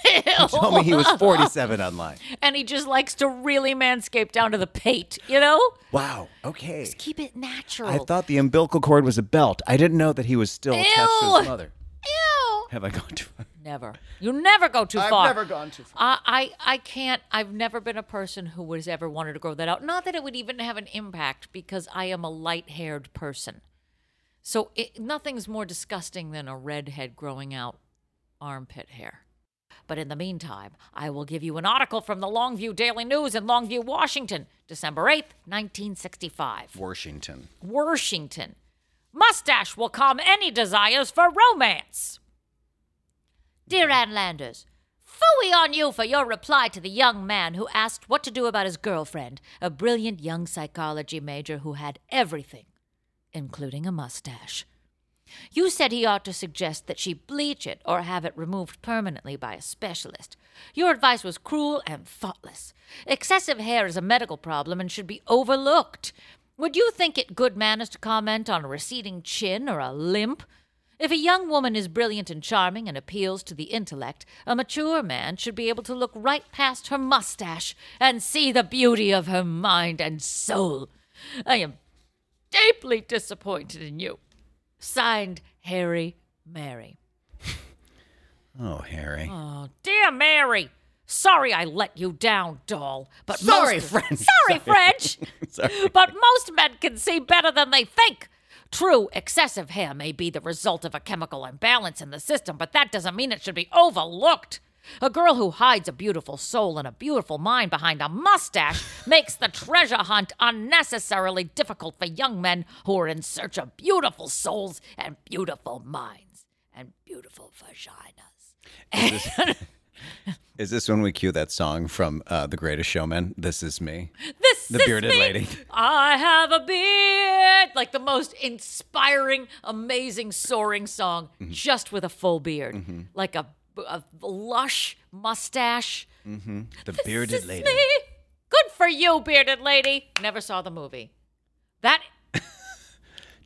He told me he was 47 online. and he just likes to really manscape down to the pate, you know? Wow. Okay. Keep it natural. I thought the umbilical cord was a belt. I didn't know that he was still attached to Ew. his mother. Ew. Have I gone too far? Never. You never go too I've far. never gone too far. I, I I can't. I've never been a person who has ever wanted to grow that out. Not that it would even have an impact because I am a light-haired person. So it, nothing's more disgusting than a redhead growing out armpit hair. But in the meantime, I will give you an article from the Longview Daily News in Longview, Washington, December 8th, 1965. Washington. Washington. Mustache will calm any desires for romance. Dear Ann Landers, fooey on you for your reply to the young man who asked what to do about his girlfriend, a brilliant young psychology major who had everything, including a mustache. You said he ought to suggest that she bleach it or have it removed permanently by a specialist. Your advice was cruel and thoughtless. Excessive hair is a medical problem and should be overlooked. Would you think it good manners to comment on a receding chin or a limp? If a young woman is brilliant and charming and appeals to the intellect, a mature man should be able to look right past her mustache and see the beauty of her mind and soul. I am deeply disappointed in you. Signed, Harry Mary. Oh, Harry. Oh, dear Mary. Sorry I let you down, doll. But Sorry, most- French. Sorry, French. But most men can see better than they think. True, excessive hair may be the result of a chemical imbalance in the system, but that doesn't mean it should be overlooked. A girl who hides a beautiful soul and a beautiful mind behind a mustache makes the treasure hunt unnecessarily difficult for young men who are in search of beautiful souls and beautiful minds and beautiful vaginas. Is this when we cue that song from uh, The Greatest Showman? This is me. This The is bearded me. lady. I have a beard. Like the most inspiring, amazing, soaring song, Mm-hmm. just with a full beard, like a, a lush mustache. The bearded This is lady. me. Good for you, bearded lady. Never saw the movie. That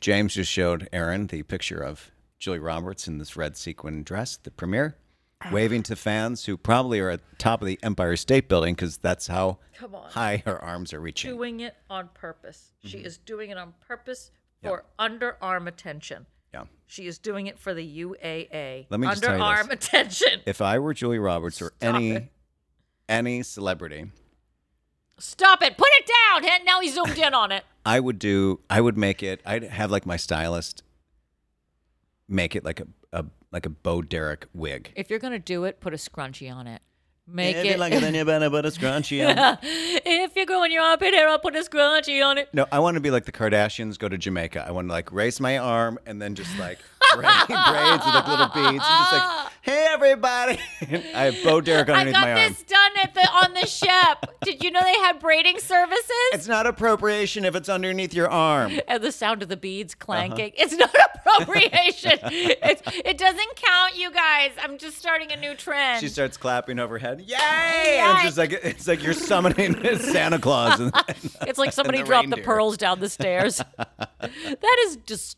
James just showed Aaron the picture of Julie Roberts in this red sequin dress, at the premiere, Ah. waving to fans who probably are at the top of the Empire State Building because that's how high her arms are reaching. doing it on purpose. She Mm-hmm. is doing it on purpose for underarm attention. Yeah. She is doing it for the UAA. Let me just tell you this. underarm attention. If I were Julie Roberts or Stop any it. any celebrity, Stop it. Put it down. And now he zoomed in on it. I would do I would make it I'd have like my stylist make it like a, a like a Bo Derek wig. If you're gonna do it, put a scrunchie on it. Make If you it. like it, then you better put a scrunchie on. if you're growing your armpit hair, I'll put a scrunchie on it. No, I want to be like the Kardashians go to Jamaica. I want to like raise my arm and then just like braid, braids with like little beads and just like, hey everybody. I have Bo Derek I underneath my got arm. this done at the on the ship. Did you know they had braiding services? It's not appropriation if it's underneath your arm. and the sound of the beads Uh-huh. clanking. It's not appropriation. it's, it doesn't count, you guys. I'm just starting a new trend. She starts clapping overhead. Yay! And it's just like it's like you're summoning Santa Claus. And, It's like somebody the dropped the reindeer. pearls down the stairs. that is disgusting.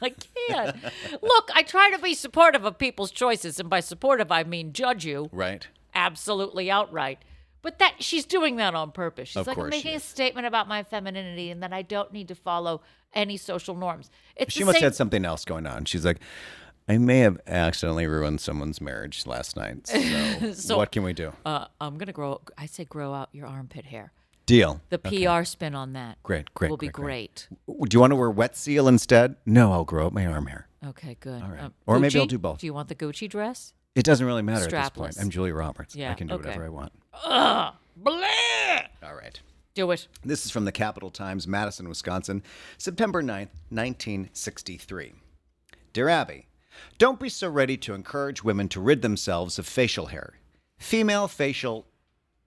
I can't. Look, I try to be supportive of people's choices, and by supportive, I mean judge you right. absolutely outright. But that she's doing that on purpose. She's Of like, I'm course she making a is. statement about my femininity and that I don't need to follow any social norms. It's She the must same- have had something else going on. She's like, I may have accidentally ruined someone's marriage last night. So, what can we do? uh, I'm gonna grow. I say grow out your armpit hair. Deal. The PR spin on that, Great, great, will be great, great. Do you want to wear wet seal instead? No, I'll grow up my arm hair. Okay, good. All right. Or maybe I'll do both. Do you want the Gucci dress? It doesn't really matter at this point. Strapless. I'm Julia Roberts. I Yeah, can do okay. whatever I want. Blah! All right. Do it. This is from the Capital Times, Madison, Wisconsin, September 9th, 1963. Dear Abby, don't be so ready to encourage women to rid themselves of facial hair. Female facial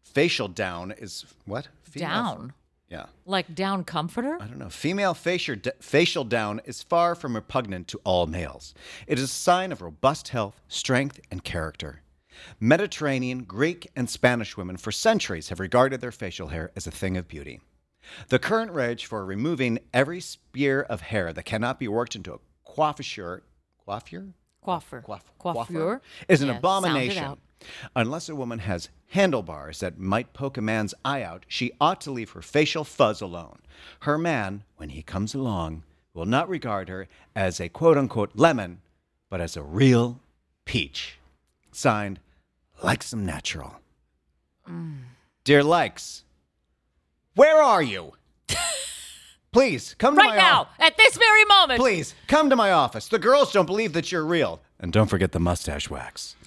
facial down is what? Female, Down, Yeah. like down comforter. I don't know. Female facial, facial down is far from repugnant to all males. It is a sign of robust health, strength, and character. Mediterranean, Greek, and Spanish women for centuries have regarded their facial hair as a thing of beauty. The current rage for removing every spear of hair that cannot be worked into a coiffure, coiffure, Coiffure. Coif- Coiffure. is an Yeah, sound it abomination. out. Unless a woman has handlebars that might poke a man's eye out, she ought to leave her facial fuzz alone. Her man, when he comes along, will not regard her as a quote unquote lemon, but as a real peach. Signed, Like Some Natural. Mm. Dear Likes, where are you? Please come to Right my now, office. at this very moment. Please come to my office. The girls don't believe that you're real. And don't forget the mustache wax.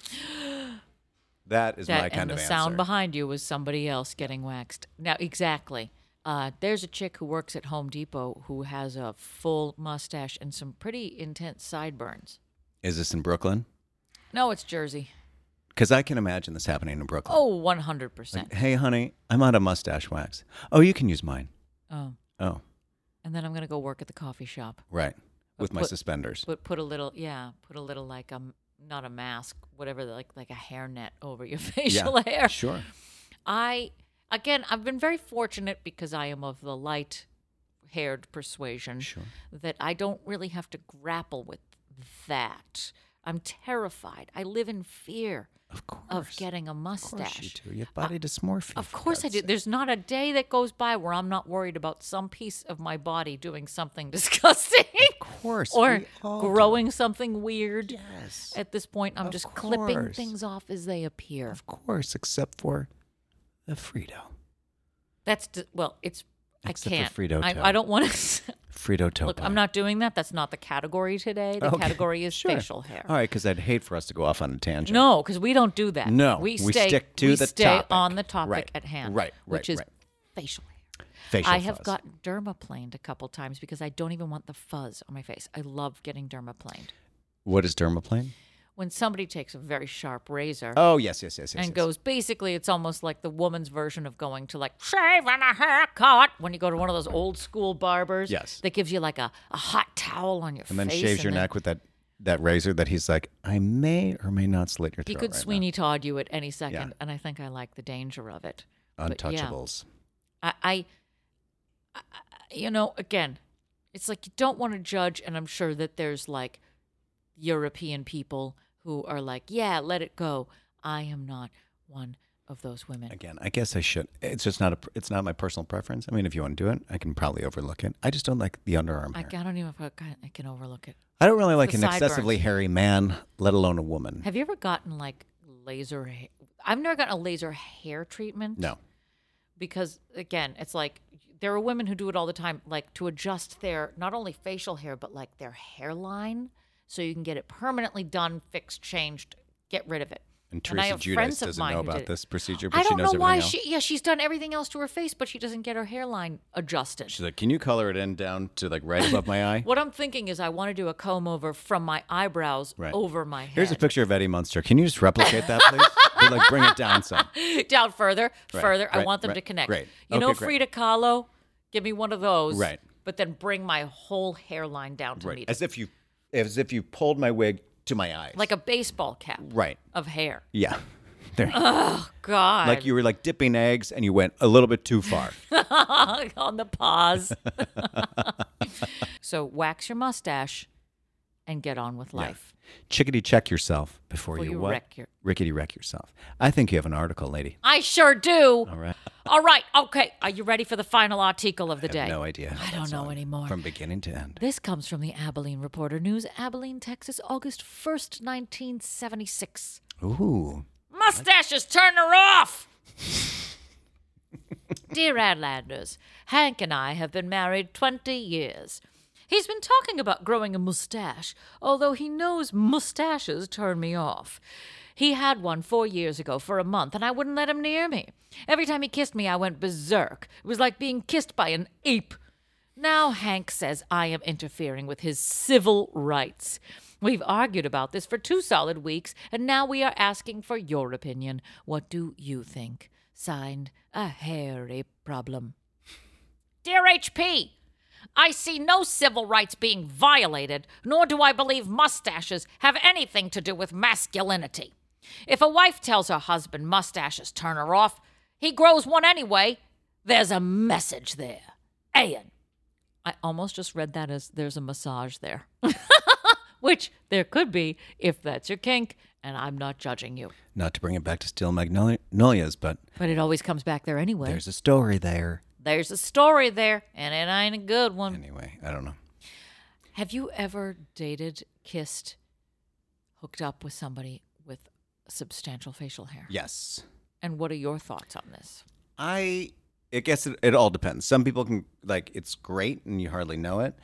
That is That- my kind and of the answer. sound behind you was somebody else getting waxed. Now, exactly. Uh, there's a chick who works at Home Depot who has a full mustache and some pretty intense sideburns. is this in Brooklyn? No, it's Jersey. Because I can imagine this happening in Brooklyn. Oh, 100%. Like, hey, honey, I'm out of mustache wax. Oh, you can use mine. Oh, Oh, and then I'm going to go work at the coffee shop. right. With my But- suspenders. But put a little, yeah, put a little like um, not a mask, whatever, like like a hairnet over your facial hair. Sure. I again, I've been very fortunate because I am of the light haired persuasion that I don't really have to grapple with that. I'm terrified. I live in fear Of course. of getting a Of course you mustache. do. You have body dysmorphia. Of for course I God's do. sake. There's not a day that goes by where I'm not worried about some piece of my body doing something disgusting. Of course. Or we all do. growing something weird. Yes. At this point, I'm Of just clipping course. things off as they appear. Of course, except for the Frito. That's d- well, it's Except I for can't. Frito I, Tow. I don't want to. Frito Topo. Look, I'm not doing that. That's not the category today. The Okay, category is sure. facial hair. All right, because I'd hate for us to go off on a tangent. No, because we don't do that. No, we we stay, stick to we the stay topic. on the topic Right, at hand, right, right, Which is right. facial hair. facial I have fuzz. got dermaplaned a couple times because I don't even want the fuzz on my face. I love getting dermaplaned. What is dermaplane? When somebody takes a very sharp razor Oh yes, yes, yes, yes. and yes. goes, basically, it's almost like the woman's version of going to like shave and a haircut when you go to one of those old school barbers. Yes. that gives you like a, a hot towel on your and then face shaves your and then- neck with that that razor that he's like, I may or may not slit your throat. He could right Sweeney Todd you at any second, and I think I like the danger of it. now. But yeah, Untouchables. I, I, I- you know, again, it's like you don't want to judge, and I'm sure that there's like European people who are like, yeah, let it go. I am not one of those women. Again, I guess I should. It's just not a. It's not my personal preference. I mean, if you want to do it, I can probably overlook it. I just don't like the underarm I, hair. I don't even know if I- I can overlook it. I don't really like the an excessively sideburns. hairy man, let alone a woman. Have you ever gotten like laser? ha- I've never gotten a laser hair treatment. no. because again, it's like there are women who do it all the time, like to adjust their not only facial hair but like their hairline, so you can get it permanently done, fixed, changed, get rid of it. And I Teresa have Judice friends of doesn't mine know who about did it. this procedure, but I she don't knows everything know why else. she yeah she's done everything else to her face, but she doesn't get her hairline adjusted. She's like, can you color it in down to like right above my eye? what I'm thinking is I want to do a comb over from my eyebrows Right. over my head. Here's a picture of Eddie Munster. Can you just replicate that, please? But, like, bring it down some. down further, Right, further. I right, want them right, to connect. great. You know, Okay, great. Frida Kahlo, give me one of those. Right. But then bring my whole hairline down to meet it. As if you, as if you pulled my wig to my eyes. like a baseball cap right. of hair. Yeah. There. God, like you were like dipping eggs and you went a little bit too far. on the pause. so wax your mustache, and get on with life. Chickadee check yourself before, Before you, you what? wreck your- Rickety wreck yourself. I think you have an article, lady. I sure do. All right. All right. Okay. Are you ready for the final article of the I day? have no idea. how I that don't know song- anymore. From beginning to end. This comes from the Abilene Reporter News, Abilene, Texas, August 1st, 1976. Ooh. Mustaches, turn her off! Dear Adlanders, Hank and I have been married 20 years. He's been talking about growing a mustache, although he knows mustaches turn me off. He had one four years ago for a month, and I wouldn't let him near me. Every time he kissed me, I went berserk. It was like being kissed by an ape. Now Hank says I am interfering with his civil rights. We've argued about this for two solid weeks, and now we are asking for your opinion. What do you think? Signed, a hairy problem. Dear HP, I see no civil rights being violated, nor do I believe mustaches have anything to do with masculinity. If a wife tells her husband mustaches turn her off, he grows one anyway. There's a message there. Ian. I almost just read that as there's a massage there, which there could be if that's your kink, and I'm not judging you. Not to bring it back to Steel Magnolias, but But it always comes back there anyway. There's, there's a story there. a story there, and it ain't a good one. Anyway, I don't know. Have you ever dated, kissed, hooked up with somebody with substantial facial hair? Yes. And what are your thoughts on this? I I guess it, it all depends. Some people can like it's great and you hardly know it.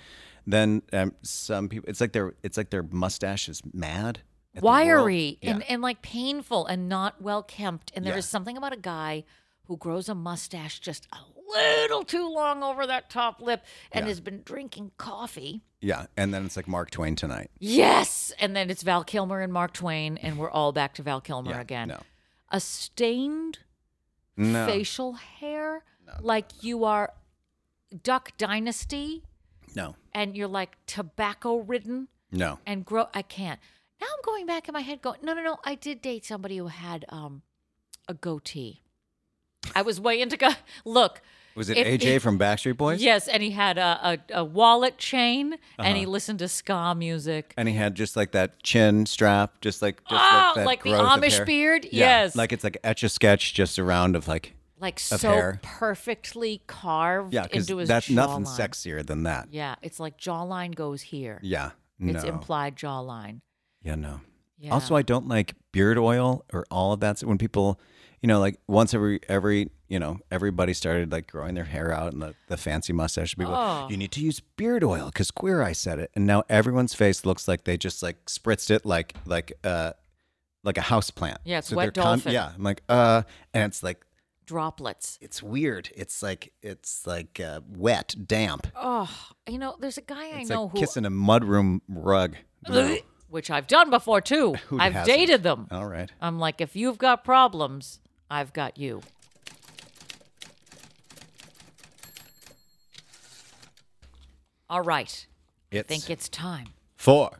Then um, some people it's like their it's like their mustache is mad. at the world. Wiry Yeah. and, and like painful and not well kempt. And there is Yeah. something about a guy who grows a mustache just a little too long over that top lip and Yeah. has been drinking coffee. yeah, and then it's like Mark Twain tonight. Yes. And then it's Val Kilmer and Mark Twain, and we're all back to Val Kilmer Yeah, again. no. A stained No. facial hair like you are Duck Dynasty No. and you're like tobacco ridden No. and grow. I can't. Now I'm going back in my head going, no, no, no. I did date somebody who had um, a goatee. I was way into go- look. Was it if- AJ from Backstreet Boys? Yes, and he had a, a, a wallet chain, and Uh-huh. he listened to ska music. And he had just like that chin strap, just like just Oh, like, that like the growth of Amish hair. beard? Yeah, Yes. like it's like etch a sketch, just around of like Like Of so hair. perfectly carved yeah, because into his that's nothing jawline. sexier than that. Yeah, Yeah, it's like jawline goes here. no, It's implied jawline. yeah, no. Yeah. Also, I don't like beard oil or all of that. So when people, you know, like once every every you know everybody started like growing their hair out and the, the fancy mustache people, Oh. you need to use beard oil because queer eye said it, and now everyone's face looks like they just like spritzed it like like uh like a house plant. Yeah, it's they're wet dolphin. yeah, I'm like uh, and it's like droplets. it's weird. It's like it's like uh, wet, damp. Oh, you know, there's a guy It's I know like who kissing a mudroom rug. No. which I've done before too. Who I've hasn't? Uh. dated them. All right. I'm like, if you've got problems, I've got you. All right. It's I think it's time. four.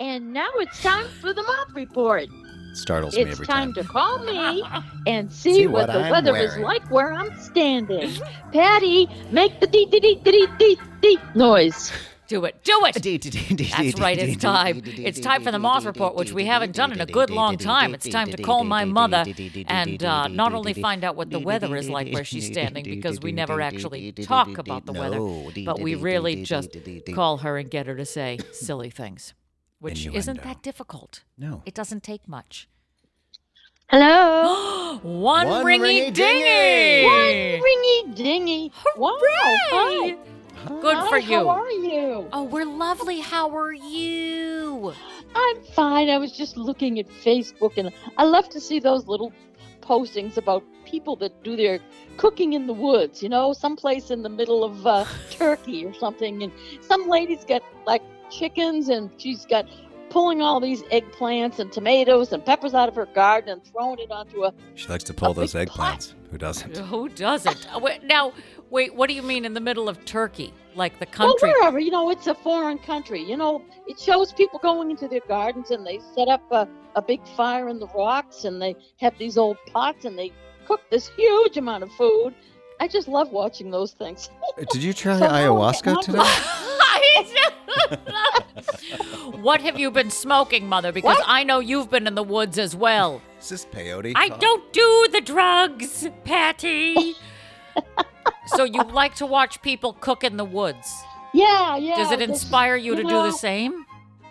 And now it's time for the mob report. Startles me It's every time time. to call me and see, what, what the I'm weather is wearing. like where I'm standing. Patty, make the dee dee dee dee dee dee noise. Do it. Do it. That's That's right. It's time. It's time for the Moth Report, which we haven't done in a good long time. It's time to call my mother and uh, not only find out what the weather is like where she's standing, because we never actually talk about the weather, but we really just call her and get her to say silly things, which isn't Innuendo. that difficult. No. It doesn't take much. Hello. One, One ringy, ringy dingy. dingy. Ringy dingy. Wow. Hooray! Hi. Good for Hi, How you. are you? Oh, we're lovely. How are you? I'm fine. I was just looking at Facebook and I love to see those little postings about people that do their cooking in the woods, you know, someplace in the middle of uh, Turkey or something. And some lady's got like chickens and she's got pulling all these eggplants and tomatoes and peppers out of her garden and throwing it onto a. She likes to pull A those big pot. eggplants. Who doesn't? Who doesn't? Uh, wait, now, wait, what do you mean in the middle of Turkey? Like the Well, country? wherever, you know, it's a foreign country. You know, it shows people going into their gardens and they set up a, a big fire in the rocks and they have these old pots and they cook this huge amount of food. I just love watching those things. Did you try So now we're ayahuasca getting today? hungry. I What have you been smoking, Mother? Because I know you've been in the woods as well. Is this peyote? I Huh? don't do the drugs, Patty. so you like to watch people cook in the woods. Yeah, yeah. Does it that's- inspire you to do the know, same?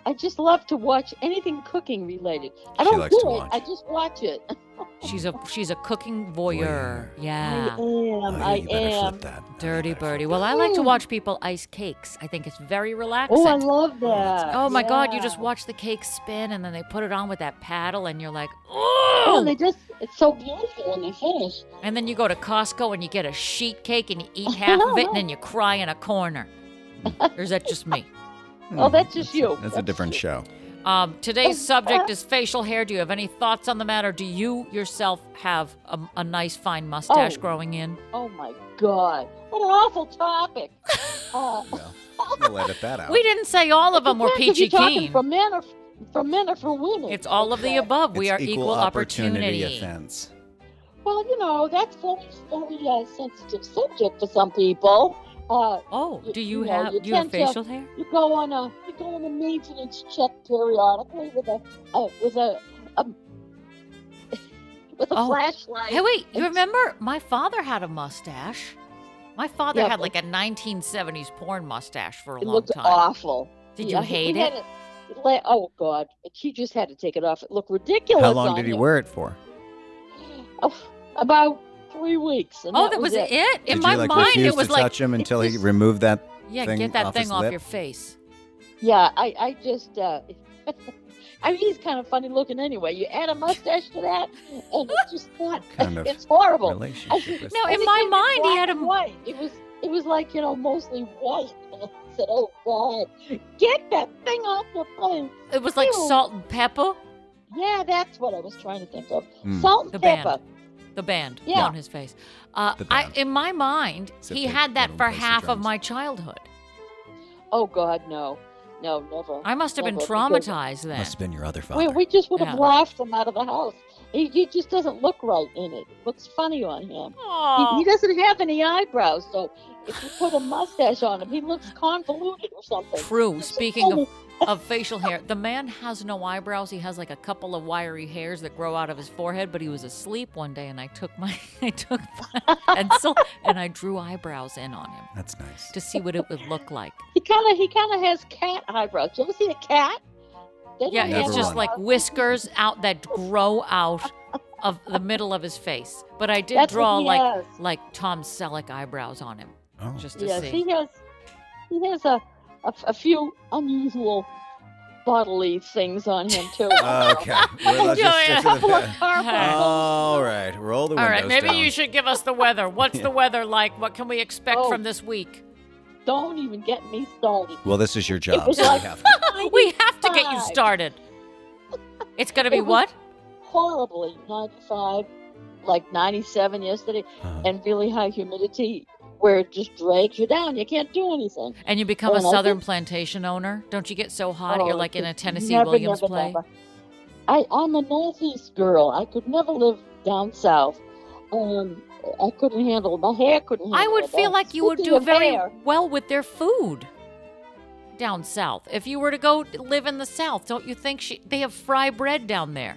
I just love to watch anything cooking related. I She don't likes do to it. watch. I just watch it. She's a she's a cooking Voyeur. voyeur. Yeah. I am. Oh, yeah, I you better am. flip that. Oh, you Dirty better flip birdie. that. Well, I like to watch people ice cakes. I think it's very relaxing. Oh, I love that. Oh my God! You Yeah. just watch the cake spin, and then they put it on with that paddle, and you're like, Oh, oh! they just—it's so beautiful when they finish. And then you go to Costco and you get a sheet cake, and you eat half of it, and then you cry in a corner. or is that just me? Oh, that's just you. That's a different you. show. Um, today's subject is facial hair. Do you have any thoughts on the matter? Do you yourself have a, a nice, fine mustache Oh. growing in? Oh my God! What an awful topic. Uh, Well, we'll edit that out. We didn't say all of them were depends if peachy you're talking keen. For men or for men or for women. It's all of the above. we It's are equal, opportunity. offense. Well, you know that's very, very uh, sensitive subject for some people. Uh, Oh, You- do you, you know, have you do you have tend to- facial hair? you go on a you go on a maintenance check periodically with a uh, with a, a with a Oh. flashlight. Hey, wait! You It's- remember my father had a mustache. My father Yeah, had but- like a 1970s porn mustache for a It long looked time. awful. Did Yeah, you hate we had it? it la- oh God! He just had to take it off. It looked ridiculous. How long on did he him. wear it for? Oh, about three weeks. And Oh, that, was it. In did my you like mind, refuse it was to like, touch him until he just- removed that? yeah, thing get that off thing his off lip? your face. Yeah, I, I just, uh, I mean, he's kind of funny looking anyway. You add a mustache to that, and it's just not. Kind of it's horrible. Relationship is- No, And in it my came mind, he black had and a- white. It was, it was like you know, mostly white. And I said, "Oh God, get that thing off your face." It was like Ew. salt and pepper, Yeah, that's what I was trying to think of. Mm. Salt and The band. pepper. the band Yeah. on his face. Uh, The I, band. in my mind, Except he they had that let him for play some half of drums. my childhood. Oh God, no, no, never. I must have been Never, because- traumatized then. Must have been your other father. We, we just would have Yeah. laughed him out of the house. He, he just doesn't look right in it. Looks funny on him. He, Aw. he doesn't have any eyebrows, so if you put a mustache on him, he looks convoluted or something. True. It's Speaking of, funny. of facial hair, the man has no eyebrows. He has like a couple of wiry hairs that grow out of his forehead. But he was asleep one day, and I took my I took my pencil and I drew eyebrows in on him That's nice. to see what it would look like. he kind of he kind of has cat eyebrows. You ever see a cat? They Yeah, don't Never it's have just one. like eyebrows. whiskers out that grow out of the middle of his face. But I did That's what draw he uh, like has. like Tom Selleck eyebrows on him Oh, just to Yes, see. he has. He has a, a a few unusual bodily things on him too. okay. Well, let's just stick to Couple of the- carpal- All right, roll the All windows right, maybe down. you should give us the weather. What's the weather like? What can we expect Oh. from this week? Don't even get me started. Well, this is your job, was so we like- have to. We have to get you Ninety-five. started. It's going to be It was- what? horribly 95 like 97 yesterday Uh-huh. and really high humidity where it just drags you down you can't do anything And you become a Well, I southern think- plantation owner? Don't you get so hot Oh, you're like in a it's Tennessee never, Williams never, play? never. I, i'm a northeast girl i could never live down south um, i couldn't handle it. my hair couldn't handle I would it. feel Oh, like you would speaking do of very hair, well with their food down south. If you were to go live in the south, don't you think she, they have fry bread down there?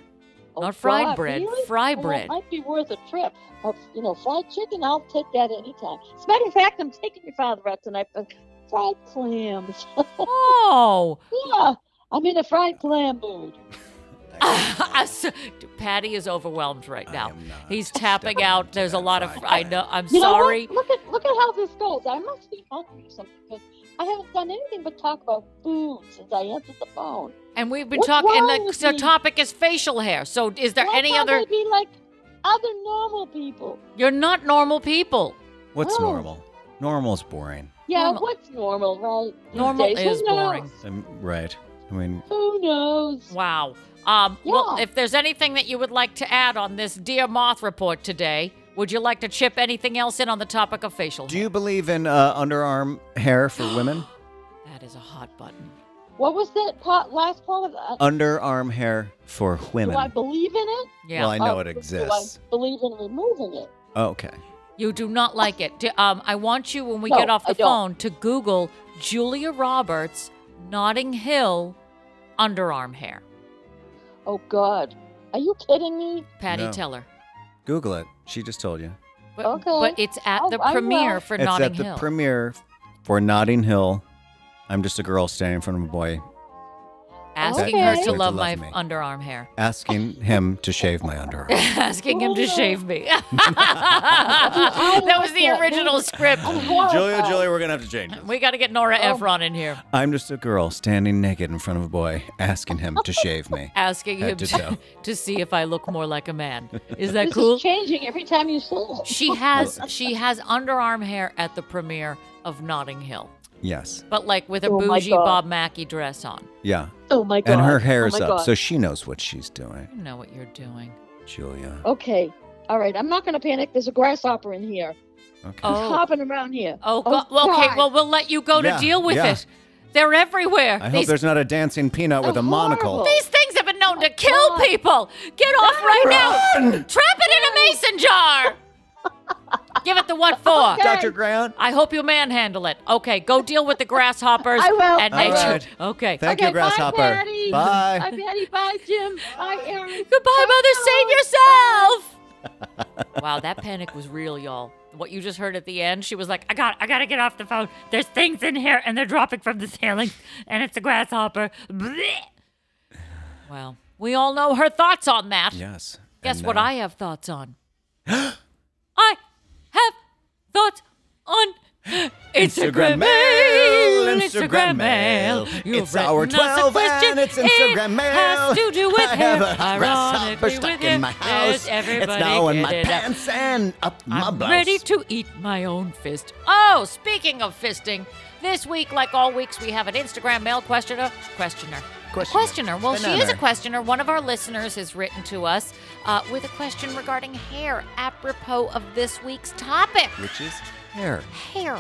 oh, Not fried God, bread, really? fry Well, bread. it might be worth a trip of you know fried chicken i'll take that anytime as a matter of fact i'm taking your father out tonight for fried clams Oh, Yeah, I'm in a fried clam mood. Oh. Patty is overwhelmed right I now. am not He's tapping stepping out. into There's a that lot of. fried I pan. know. I'm You know what? sorry. Look at look at how this goes. I must be hungry or something because I haven't done anything but talk about food since I answered the phone. And we've been What's talking. wrong And the, with the me? topic is facial hair. So is there Why any can't other? I be like other normal people? You're not normal people. What's Oh. normal? Normal's boring. Yeah, Normal. what's normal, right? these Normal days? Who is boring. knows? Um, right. I mean, Who knows? Wow. Um, Well, Yeah. if there's anything that you would like to add on this Dear Moth report today, would you like to chip anything else in on the topic of facial do hair? you believe in uh, underarm hair for women? That is a hot button. What was that part, last part of that? underarm hair for do women. I believe in it? Yeah. Well, I know Or it do exists. I believe in removing it. Oh, Okay. You do not like it. Do- um, I want you when we No, get off the I don't. phone to Google Julia Roberts Notting Hill underarm hair. Oh God, are you kidding me? Patty No. Teller. Google it. She just told you. But, Okay. but it's at Oh, the I will. premiere for it's Notting at the Hill. premiere for Notting Hill. I'm just a girl standing in front of a boy asking Okay. her That's to where to love my love me. underarm hair. asking him to shave my underarm. asking Oh, him to shave me. I that was like the that. Oh, original script. Julia, Julia, we're gonna have to change it. We got to get Nora Ephron in here. I'm just a girl standing naked in front of a boy asking him to shave me. Asking him Head to toe. to, to see if I look more like a man. Is that This cool? is changing every time you say it. She has she has underarm hair at the premiere of Notting Hill, Yes. but like with a Oh my bougie God. Bob Mackie dress on. Yeah. Oh my God. And her hair is oh my up, God. so she knows what she's doing. You know what you're doing. Julia. Oh, okay, all right. I'm not going to panic. There's a grasshopper in here. Okay. He's Oh. hopping around here. Oh, God. Well, okay, well we'll let you go to Yeah, deal with yeah. it. They're everywhere. I hope These there's not a dancing peanut with Oh, a monocle. horrible. These things have been Oh, known to kill people. Get off right now. Trap it in a mason jar. Give it the what for. Dr. Grant, I hope you manhandle it. Okay, go deal with the grasshoppers I will. and All nature. right. Okay. thank you, Okay, bye, Grasshopper. Patty. Bye. Bye, Patty. Bye, Jim. Bye, Aaron. Goodbye, mother. Save yourself. wow, that panic was real, y'all. What you just heard at the end, she was like, "I got, I gotta get off the phone. There's things in here, and they're dropping from the ceiling, and it's a grasshopper." Blech. Well, we all know her thoughts on that. Yes. Guess And, what uh, I have thoughts on? I have thoughts on Instagram, Instagram mail, mail, Instagram Instagram mail. mail. You've It's our written us a 12 question. and it's it Instagram mail. Has to do with I have hair. a Ironically, grasshopper with stuck hair. in my Yes, house. It's everybody now in get my it up. pants and up my I'm blouse. ready to eat my own fist. Oh, speaking of fisting, this week, like all weeks, we have an Instagram mail questioner. Questioner. Questioner. questioner. Well, she is a Banana. questioner. One of our listeners has written to us uh, with a question regarding hair, apropos of this week's topic Which is hair. hair,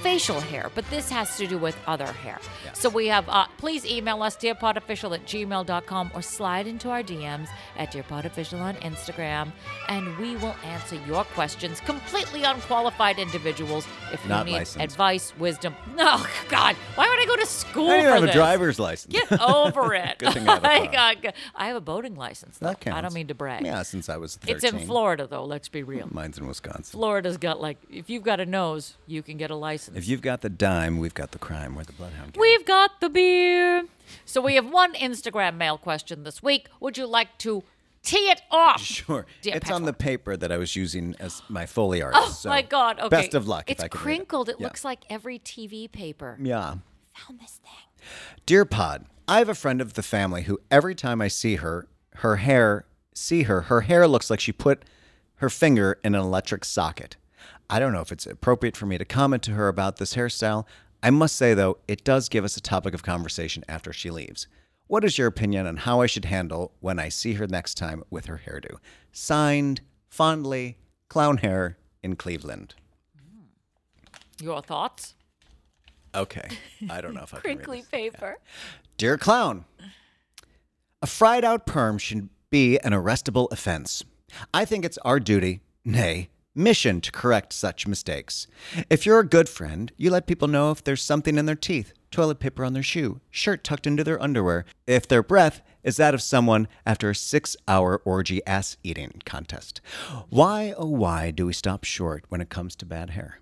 facial hair, but this has to do with other hair. So we have, uh, please email us, dearpodofficial at gmail.com, or slide into our DMs at dearpodofficial on Instagram, and we will answer your questions completely unqualified individuals if you Not need licensed. advice, wisdom. Oh, God, why would I go to school I don't for even have this? a driver's license. Get over it. Good thing I have a I, car. got- I have a boating license. though. That counts. I don't mean to brag. Yeah, since I was 13. it's in Florida, though, let's be real. Mine's in Wisconsin. Florida's got like if you've got a nose, you can get a license. If you've got the dime, we've got the crime. We're the bloodhound. gang. We've got the beer. So we have one Instagram mail question this week. Would you like to tee it off? Sure. Dear it's Petra. on the paper that I was using as my Foley artist. Oh my God! Okay. Best of luck. It's if I can read crinkled. It, Yeah. looks like every TV paper. Yeah. Found this thing. Dear Pod, I have a friend of the family who every time I see her, her hair, see her, her hair looks like she put her finger in an electric socket. I don't know if it's appropriate for me to comment to her about this hairstyle. I must say, though, it does give us a topic of conversation after she leaves. What is your opinion on how I should handle when I see her next time with her hairdo? Signed, fondly, clown hair in Cleveland. Your thoughts? Okay. I don't know if I can read Crinkly this. paper. Dear clown, a fried out perm should be an arrestable offense. I think it's our duty, nay, mission to correct such mistakes. If you're a good friend, you let people know if there's something in their teeth, toilet paper on their shoe, shirt tucked into their underwear, if their breath is that of someone after a six hour orgy ass eating contest. Why, oh, why do we stop short when it comes to bad hair?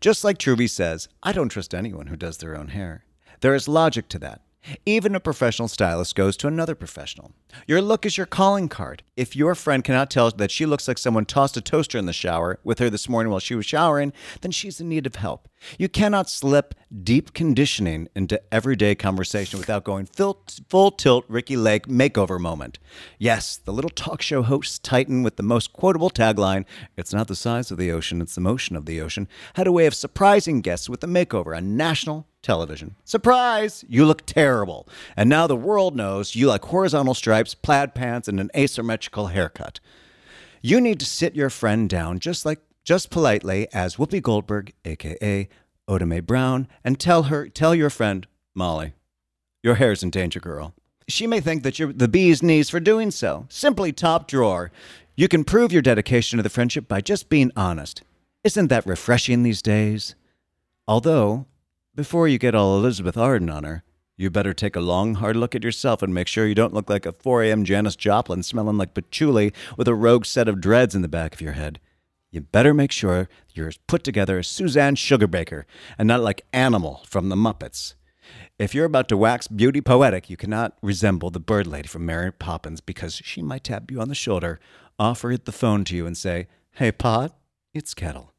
Just like Truvy says, I don't trust anyone who does their own hair. There is logic to that. Even a professional stylist goes to another professional. Your look is your calling card. If your friend cannot tell that she looks like someone tossed a toaster in the shower with her this morning while she was showering, then she's in need of help. You cannot slip deep conditioning into everyday conversation without going full, full tilt Ricky Lake makeover moment. Yes, the little talk show host Titan with the most quotable tagline, It's not the size of the ocean, it's the motion of the ocean, had a way of surprising guests with a makeover on national television. Surprise! You look terrible. And now the world knows you like horizontal stripes, plaid pants, and an asymmetrical haircut. You need to sit your friend down just like just politely as Whoopi Goldberg, aka Oda Mae Brown, and tell her tell your friend, Molly, your hair's in danger, girl. She may think that you're the bee's knees for doing so. Simply top drawer. You can prove your dedication to the friendship by just being honest. Isn't that refreshing these days? Although Before you get all Elizabeth Arden on her, you better take a long, hard look at yourself and make sure you don't look like a 4 a.m. Janice Joplin smelling like patchouli with a rogue set of dreads in the back of your head. You better make sure you're as put together as Suzanne Sugarbaker and not like Animal from the Muppets. If you're about to wax beauty poetic, you cannot resemble the bird lady from Mary Poppins because she might tap you on the shoulder, offer the phone to you, and say, Hey, Pot, it's Kettle.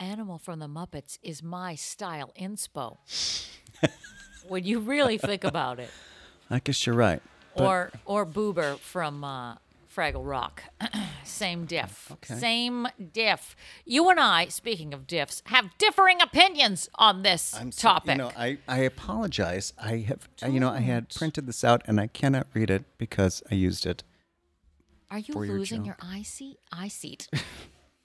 Animal from the Muppets is my style inspo. when you really think about it, I guess you're right. or or Boober from uh, Fraggle Rock, same diff, same diff. You and I, speaking of diffs, have differing opinions on this so- topic. you know, I, I apologize. I have, I- you know, I had printed this out and I cannot read it because I used it. Are you for your losing your eye seat? Eye seat.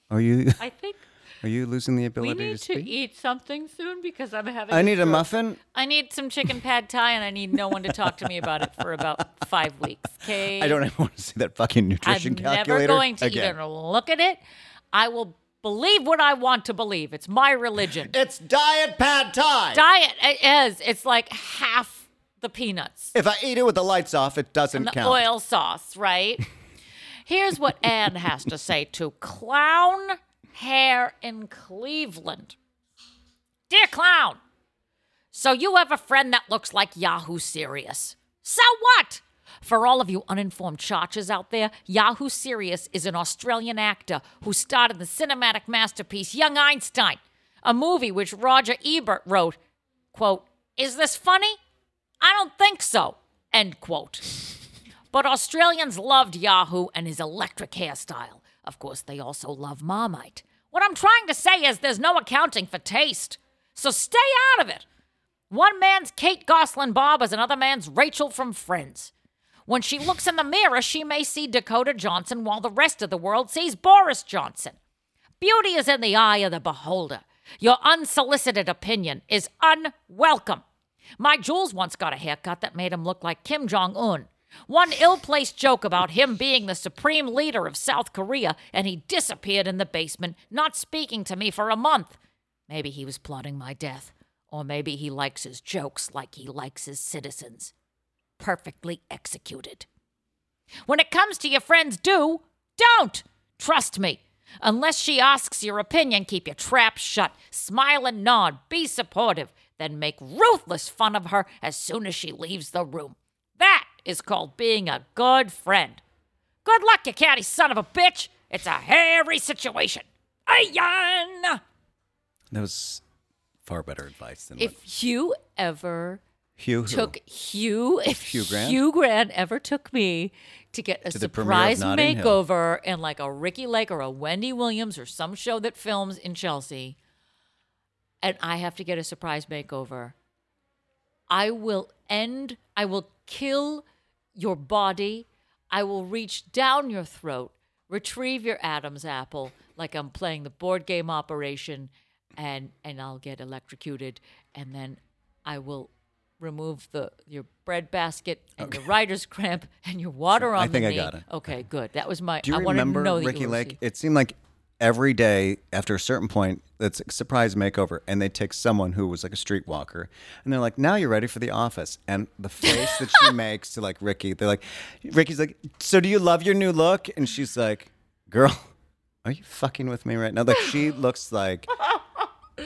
Are you, I think are you losing the we ability need to to speak? eat something soon because I'm having. I need a muffin. I need some chicken pad thai, and I need no one to talk to me about it for about five weeks. Okay. I don't want to see that fucking nutrition I'm calculator never going to again. even look at it. I will believe what I want to believe. It's my religion. It's diet pad thai. Diet it is. It's like half the peanuts, if I eat it with the lights off, it doesn't and the count. oil sauce, right? Here's what Anne has to say to clown hair in Cleveland. Dear clown, so you have a friend that looks like Yahoo Serious. So what? For all of you uninformed chachas out there, Yahoo Serious is an Australian actor who starred in the cinematic masterpiece Young Einstein, a movie which Roger Ebert wrote, quote, Is this funny? I don't think so, end quote. But Australians loved Yahoo and his electric hairstyle. Of course, they also love Marmite. What I'm trying to say is there's no accounting for taste. So stay out of it. One man's Kate Goslin Bob is another man's Rachel from Friends. When she looks in the mirror, she may see Dakota Johnson while the rest of the world sees Boris Johnson. Beauty is in the eye of the beholder. Your unsolicited opinion is unwelcome. My Jules once got a haircut that made him look like Kim Jong un. One ill placed joke about him being the supreme leader of South Korea, and he disappeared in the basement, not speaking to me for a month. Maybe he was plotting my death, or maybe he likes his jokes like he likes his citizens. Perfectly executed. When it comes to your friend's do, don't. Trust me. Unless she asks your opinion, keep your trap shut. Smile and nod. Be supportive. Then make ruthless fun of her as soon as she leaves the room. That is called being a good friend. Good luck, you catty son of a bitch. It's a hairy situation. Ayan! That was far better advice than what If you ever Hugh who? took Hugh, if Hugh Grant? Grant? ever took me to get a To the premiere of surprise Notting Hill. makeover in like a Ricky Lake or a Wendy Williams or some show that films in Chelsea, and I have to get a surprise makeover, I will end, I will kill your body. I will reach down your throat, retrieve your Adam's apple like I'm playing the board game operation, and and I'll get electrocuted, and then I will remove the your bread basket and your writer's cramp and your water Sure. on I the think I knee. got it. Okay, good. That was my. Do you I wanted to remember know that you Ricky were Lake? seeing- It seemed like every day after a certain point, that's a surprise makeover, and they take someone who was like a streetwalker, and they're like, "Now you're ready for the office." And the face that she makes to like Ricky, they're like, "Ricky's like, so do you love your new look?" And she's like, "Girl, are you fucking with me right now?" Like she looks like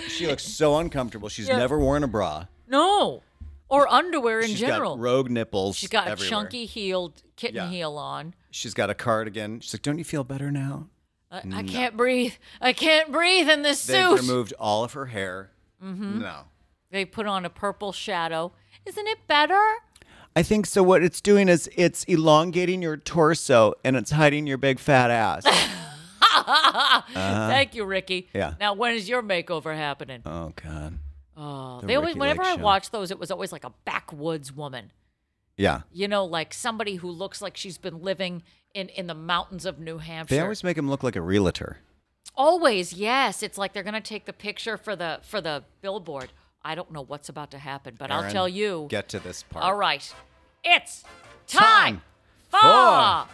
she looks so uncomfortable. She's never worn a bra. No, or underwear in She's general. got rogue nipples. She's got a everywhere. chunky heeled kitten Yeah. heel on. She's got a cardigan. She's like, "Don't you feel better now?" I, I can't breathe. I can't breathe in this They've suit. removed all of her hair. Mm-hmm. No. they put on a purple shadow. Isn't it better? I think so. What it's doing is it's elongating your torso and it's hiding your big fat ass. Thank you, Ricky. Uh-huh. Yeah. Now, when is your makeover happening? oh God. oh, the they always, Ricky whenever Lake I Show. watched those, it was always like a backwoods woman. Yeah. You know, like somebody who looks like she's been living in in the mountains of New Hampshire. They always make him look like a realtor. Always, yes. It's like they're gonna take the picture for the for the billboard. I don't know what's about to happen, but I'll Aaron, tell you. Get to this part. All right, it's Time time, for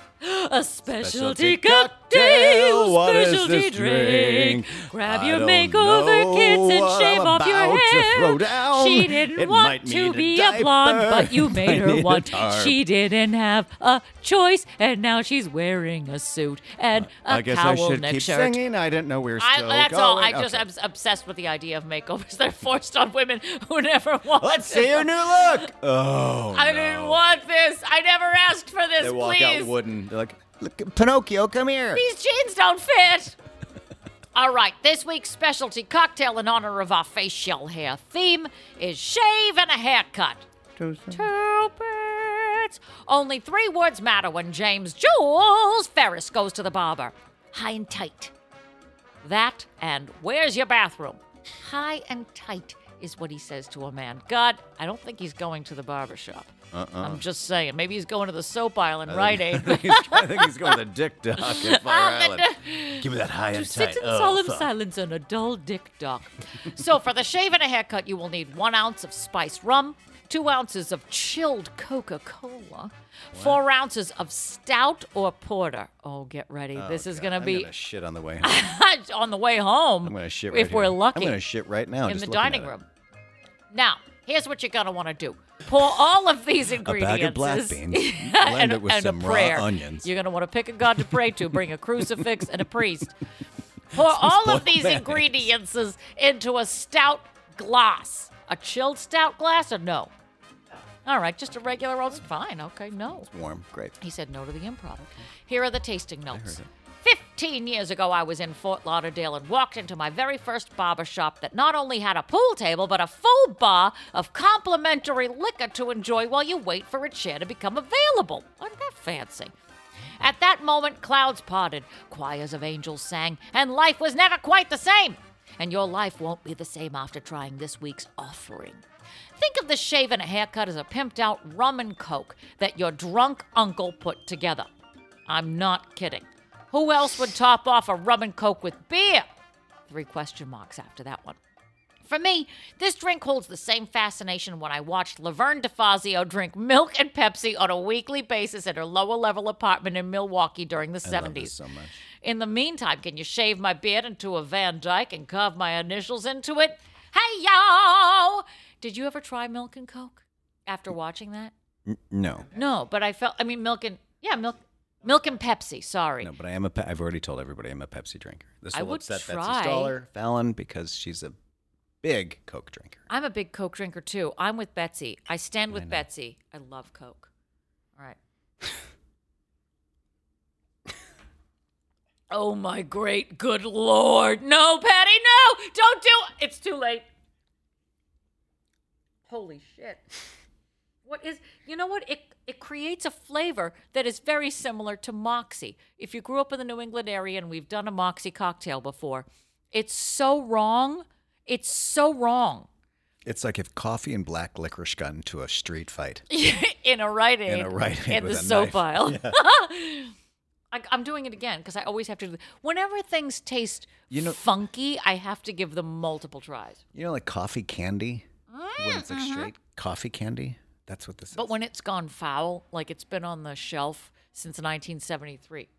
A specialty Specialty cocktail, cocktail, what is specialty this drink. drink? Grab I your don't makeover know kits and what shave I'm off your about to hair. throw down. She didn't It want might to need a be a, blonde, diaper. but you made Might her need a one. tarp. She didn't have a choice, and now she's wearing a suit and a Uh, I guess I cowl should neck keep shirt. singing. I didn't know we were I, still that's going. all. I just Okay. am obsessed with the idea of makeovers. They're forced on women who never want. Let's it. see your new look. Oh, I no. didn't want this. I never asked for this. They walk please. out wooden. They're like, look, Pinocchio, come here. These jeans don't fit. All right, this week's specialty cocktail in honor of our facial hair theme is shave and a haircut. Two birds. Only three words matter when James Jules Ferris goes to the barber. High and tight. That and where's your bathroom? High and tight is what he says to a man. God, I don't think he's going to the barber shop. Uh-uh. I'm just saying. Maybe he's going to the soap island, right, Abe? I think he's going to Dick Doc at Fire Island. Give me that high To and tight. sit in Oh, solemn fuck. silence on a dull dick dock. so, for the shave and a haircut, you will need one ounce of spiced rum, two ounces of chilled Coca Cola, four ounces of stout or porter. Oh, get ready. this is going to I'm be gonna shit on the way. Home. on the way home. I'm gonna shit right If we're here. lucky I'm gonna shit right now. in just the looking at dining it. room. Now, here's what you're going to want to do. Pour all of these A ingredients bag of black beans. Blend it with and some a prayer. raw onions. You're going to want to pick a god to pray to, bring a crucifix and a priest. Pour all of spoiled these mayonnaise. ingredients into a stout glass. A chilled stout glass or no? All right, just a regular old. Fine, okay, no. Warm, great. He said no to the improv. Here are the tasting notes. 15 years ago, I was in Fort Lauderdale and walked into my very first barber shop that not only had a pool table, but a full bar of complimentary liquor to enjoy while you wait for a chair to become available. Aren't that fancy? At that moment, clouds parted, choirs of angels sang, and life was never quite the same. And your life won't be the same after trying this week's offering. Think of the shave and a haircut as a pimped out rum and coke that your drunk uncle put together. I'm not kidding. Who else would top off a rum and coke with beer? Three question marks after that one. For me, this drink holds the same fascination when I watched Laverne DeFazio drink milk and Pepsi on a weekly basis at her lower level apartment in Milwaukee during the 70s. Love this so much. In the meantime, can you shave my beard into a Van Dyke and carve my initials into it? Hey, yo! Did you ever try milk and Coke after watching that? No, No, but I felt, I mean, milk and, yeah, milk. Milk and Pepsi, sorry. no, but I am a. Pe- I've already told everybody I'm a Pepsi drinker. This I will would upset try. Betsy Stoller Fallon because she's a big Coke drinker. I'm a big Coke drinker too. I'm with Betsy. I stand with Betsy. I love Coke. All right. oh my great good lord. No, Patty, no! Don't do it. It's too late. Holy shit. What is you know what? It it creates a flavor that is very similar to Moxie. If you grew up in the New England area and we've done a Moxie cocktail before, it's so wrong. It's so wrong. It's like if coffee and black licorice got into a street fight. in a right aid. In a Rite Aid In the with a soap knife. aisle. I, I'm doing it again because I always have to. do Whenever things taste You know- funky, I have to give them multiple tries. You know, like coffee candy when it's like straight coffee candy. That's what this is. Mm-hmm. But when it's gone foul, like it's been on the shelf since 1973.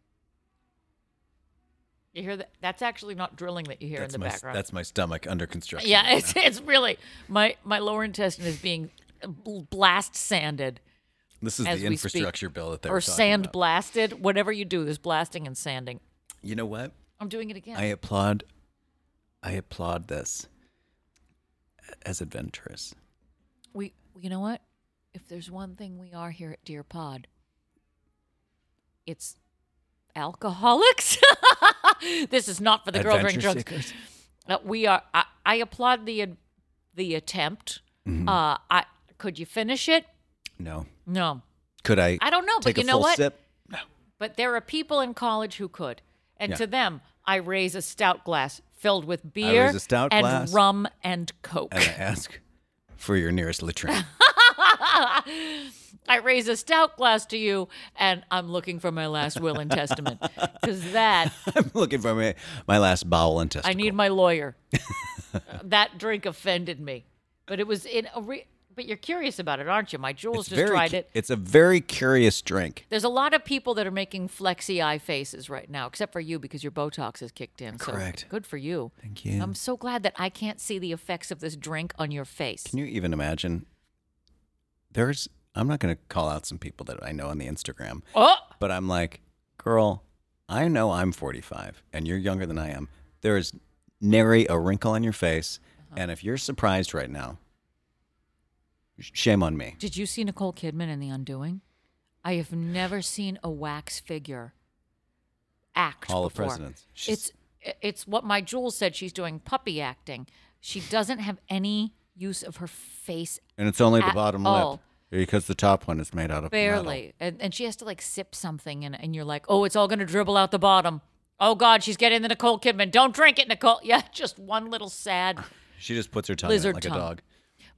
You hear that? That's actually not drilling that you hear that's in the my, background. That's my stomach under construction. yeah, it's it's really my my lower intestine is being blast sanded. This is as the we speak. infrastructure bill that they or were talking sand about. blasted. Whatever you do, there's blasting and sanding. You know what? I'm doing it again. I applaud. I applaud this as adventurous. we, you know what? If there's one thing we are here at Dear Pod, it's alcoholics. this is not for the girl drink Adventure drugs. seekers. Uh, we are. I, I applaud the ad- the attempt. Mm-hmm. Uh, I could you finish it? No. No, Could I? I don't know, but Take you a know full what? Sip? but there are people in college who could, and Yeah. to them, I raise a stout glass filled with beer raise a stout and glass. rum and coke. And I ask for your nearest latrine. I raise a stout glass to you, and I'm looking for my last will and testament because that I'm looking for my, my last bowel and I testicle. need my lawyer. that drink offended me, but it was in a re- But you're curious about it, aren't you? My Jules It's just very tried cu- it. It's a very curious drink. There's a lot of people that are making flexi eye faces right now, except for you because your Botox has kicked in. So Correct. Good for you. Thank you. I'm so glad that I can't see the effects of this drink on your face. Can you even imagine? There's, I'm not going to call out some people that I know on the Instagram, oh, but I'm like, girl, I know I'm 45 and you're younger than I am. There is nary a wrinkle on your face. Uh-huh. And if you're surprised right now, sh- shame on me. did you see Nicole Kidman in The Undoing? I have never seen a wax figure act. Hall of before. Presidents. She's- It's it's what my Jules said. She's doing puppy acting. She doesn't have any use of her face And it's only the at bottom all. lip because the top one is made out of metal. Barely. And, and she has to like sip something, and, and you're like, oh, it's all going to dribble out the bottom. Oh, God, she's getting the Nicole Kidman. Don't drink it, Nicole. Yeah, just one little sad. She just puts her tongue in Lizard it like tongue. a dog.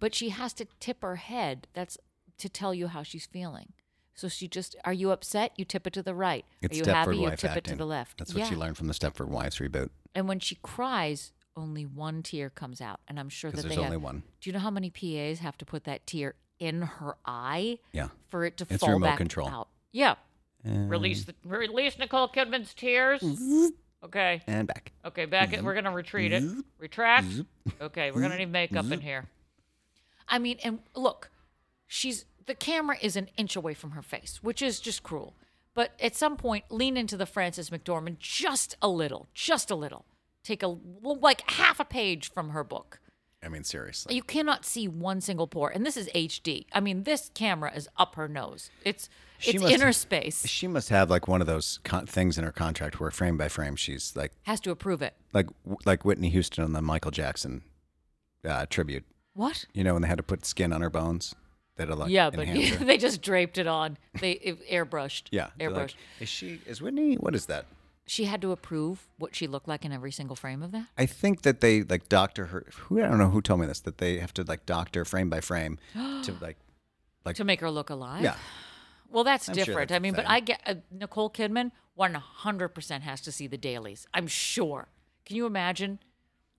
But she has to tip her head. That's to tell you how she's feeling. So she just, are you upset? You tip it to the right. It's are you Stepford happy? You Wife tip it to acting. the left. That's what she Yeah. learned from the Stepford Wives reboot. And when she cries, only one tear comes out. And I'm sure that 'Cause they there's have, only one. Do you know how many PAs have to put that tear in her eye Yeah. for it to It's fall remote back control. out? Yeah. Release the release Nicole Kidman's tears. Okay. And back. Okay, back it. We're gonna retreat it. Retract. Okay, we're gonna need makeup in here. I mean, and look, she's the camera is an inch away from her face, which is just cruel. But at some point, lean into the Frances McDormand just a little, just a little. Take a like half a page from her book. I mean, seriously. You cannot see one single pore, and this is HD. I mean, this camera is up her nose. It's She it's must- inner space. She must have like one of those con- things in her contract where frame by frame she's like Has to approve it. like like Whitney Houston on the Michael Jackson uh, tribute. What? You know when they had to put skin on her bones that like yeah, but enhance her. they just draped it on. They it airbrushed. yeah. they're airbrushed. Like, is she is Whitney? What is that? she had to approve what she looked like in every single frame of that. I think that they like doctor her. Who I don't know who told me this that they have to like doctor frame by frame to like To make her look alive. yeah. Well, that's I'm sure different. that's a I mean, but thing. I get uh, Nicole Kidman 100% has to see the dailies. I'm sure. Can you imagine?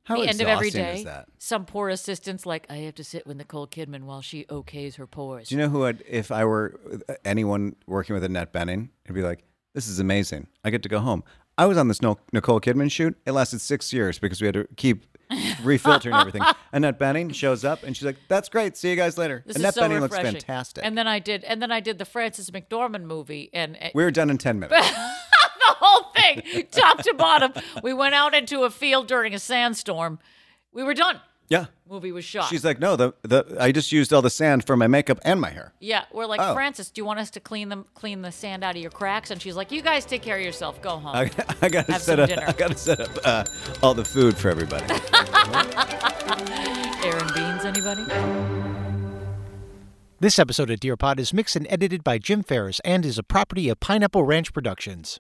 How the end of every exhausting day, is that? some poor assistant's like, I have to sit with Nicole Kidman while she okays her pores. Do you know who I'd, if I were anyone working with Annette Benning, I'd be like, this is amazing. I get to go home. I was on this No- Nicole Kidman shoot. It lasted six years because we had to keep refiltering everything. Annette Benning shows up and she's like, that's great. See you guys later. this Annette is so Benning looks refreshing. fantastic. And then I did, and then I did the Frances McDormand movie, and uh, we were done in 10 minutes. the whole thing, top to bottom. We went out into a field during a sandstorm. We were done. yeah. Movie was shot. She's like, no, the, the I just used all the sand for my makeup and my hair. yeah, we're like, Oh. Francis, do you want us to clean them, clean the sand out of your cracks? And she's like, you guys take care of yourself. Go home. I, I gotta Have set some up. dinner. I gotta set up uh, all the food for everybody. Aaron Beans, anybody? This episode of Dear Pod is mixed and edited by Jim Ferris and is a property of Pineapple Ranch Productions.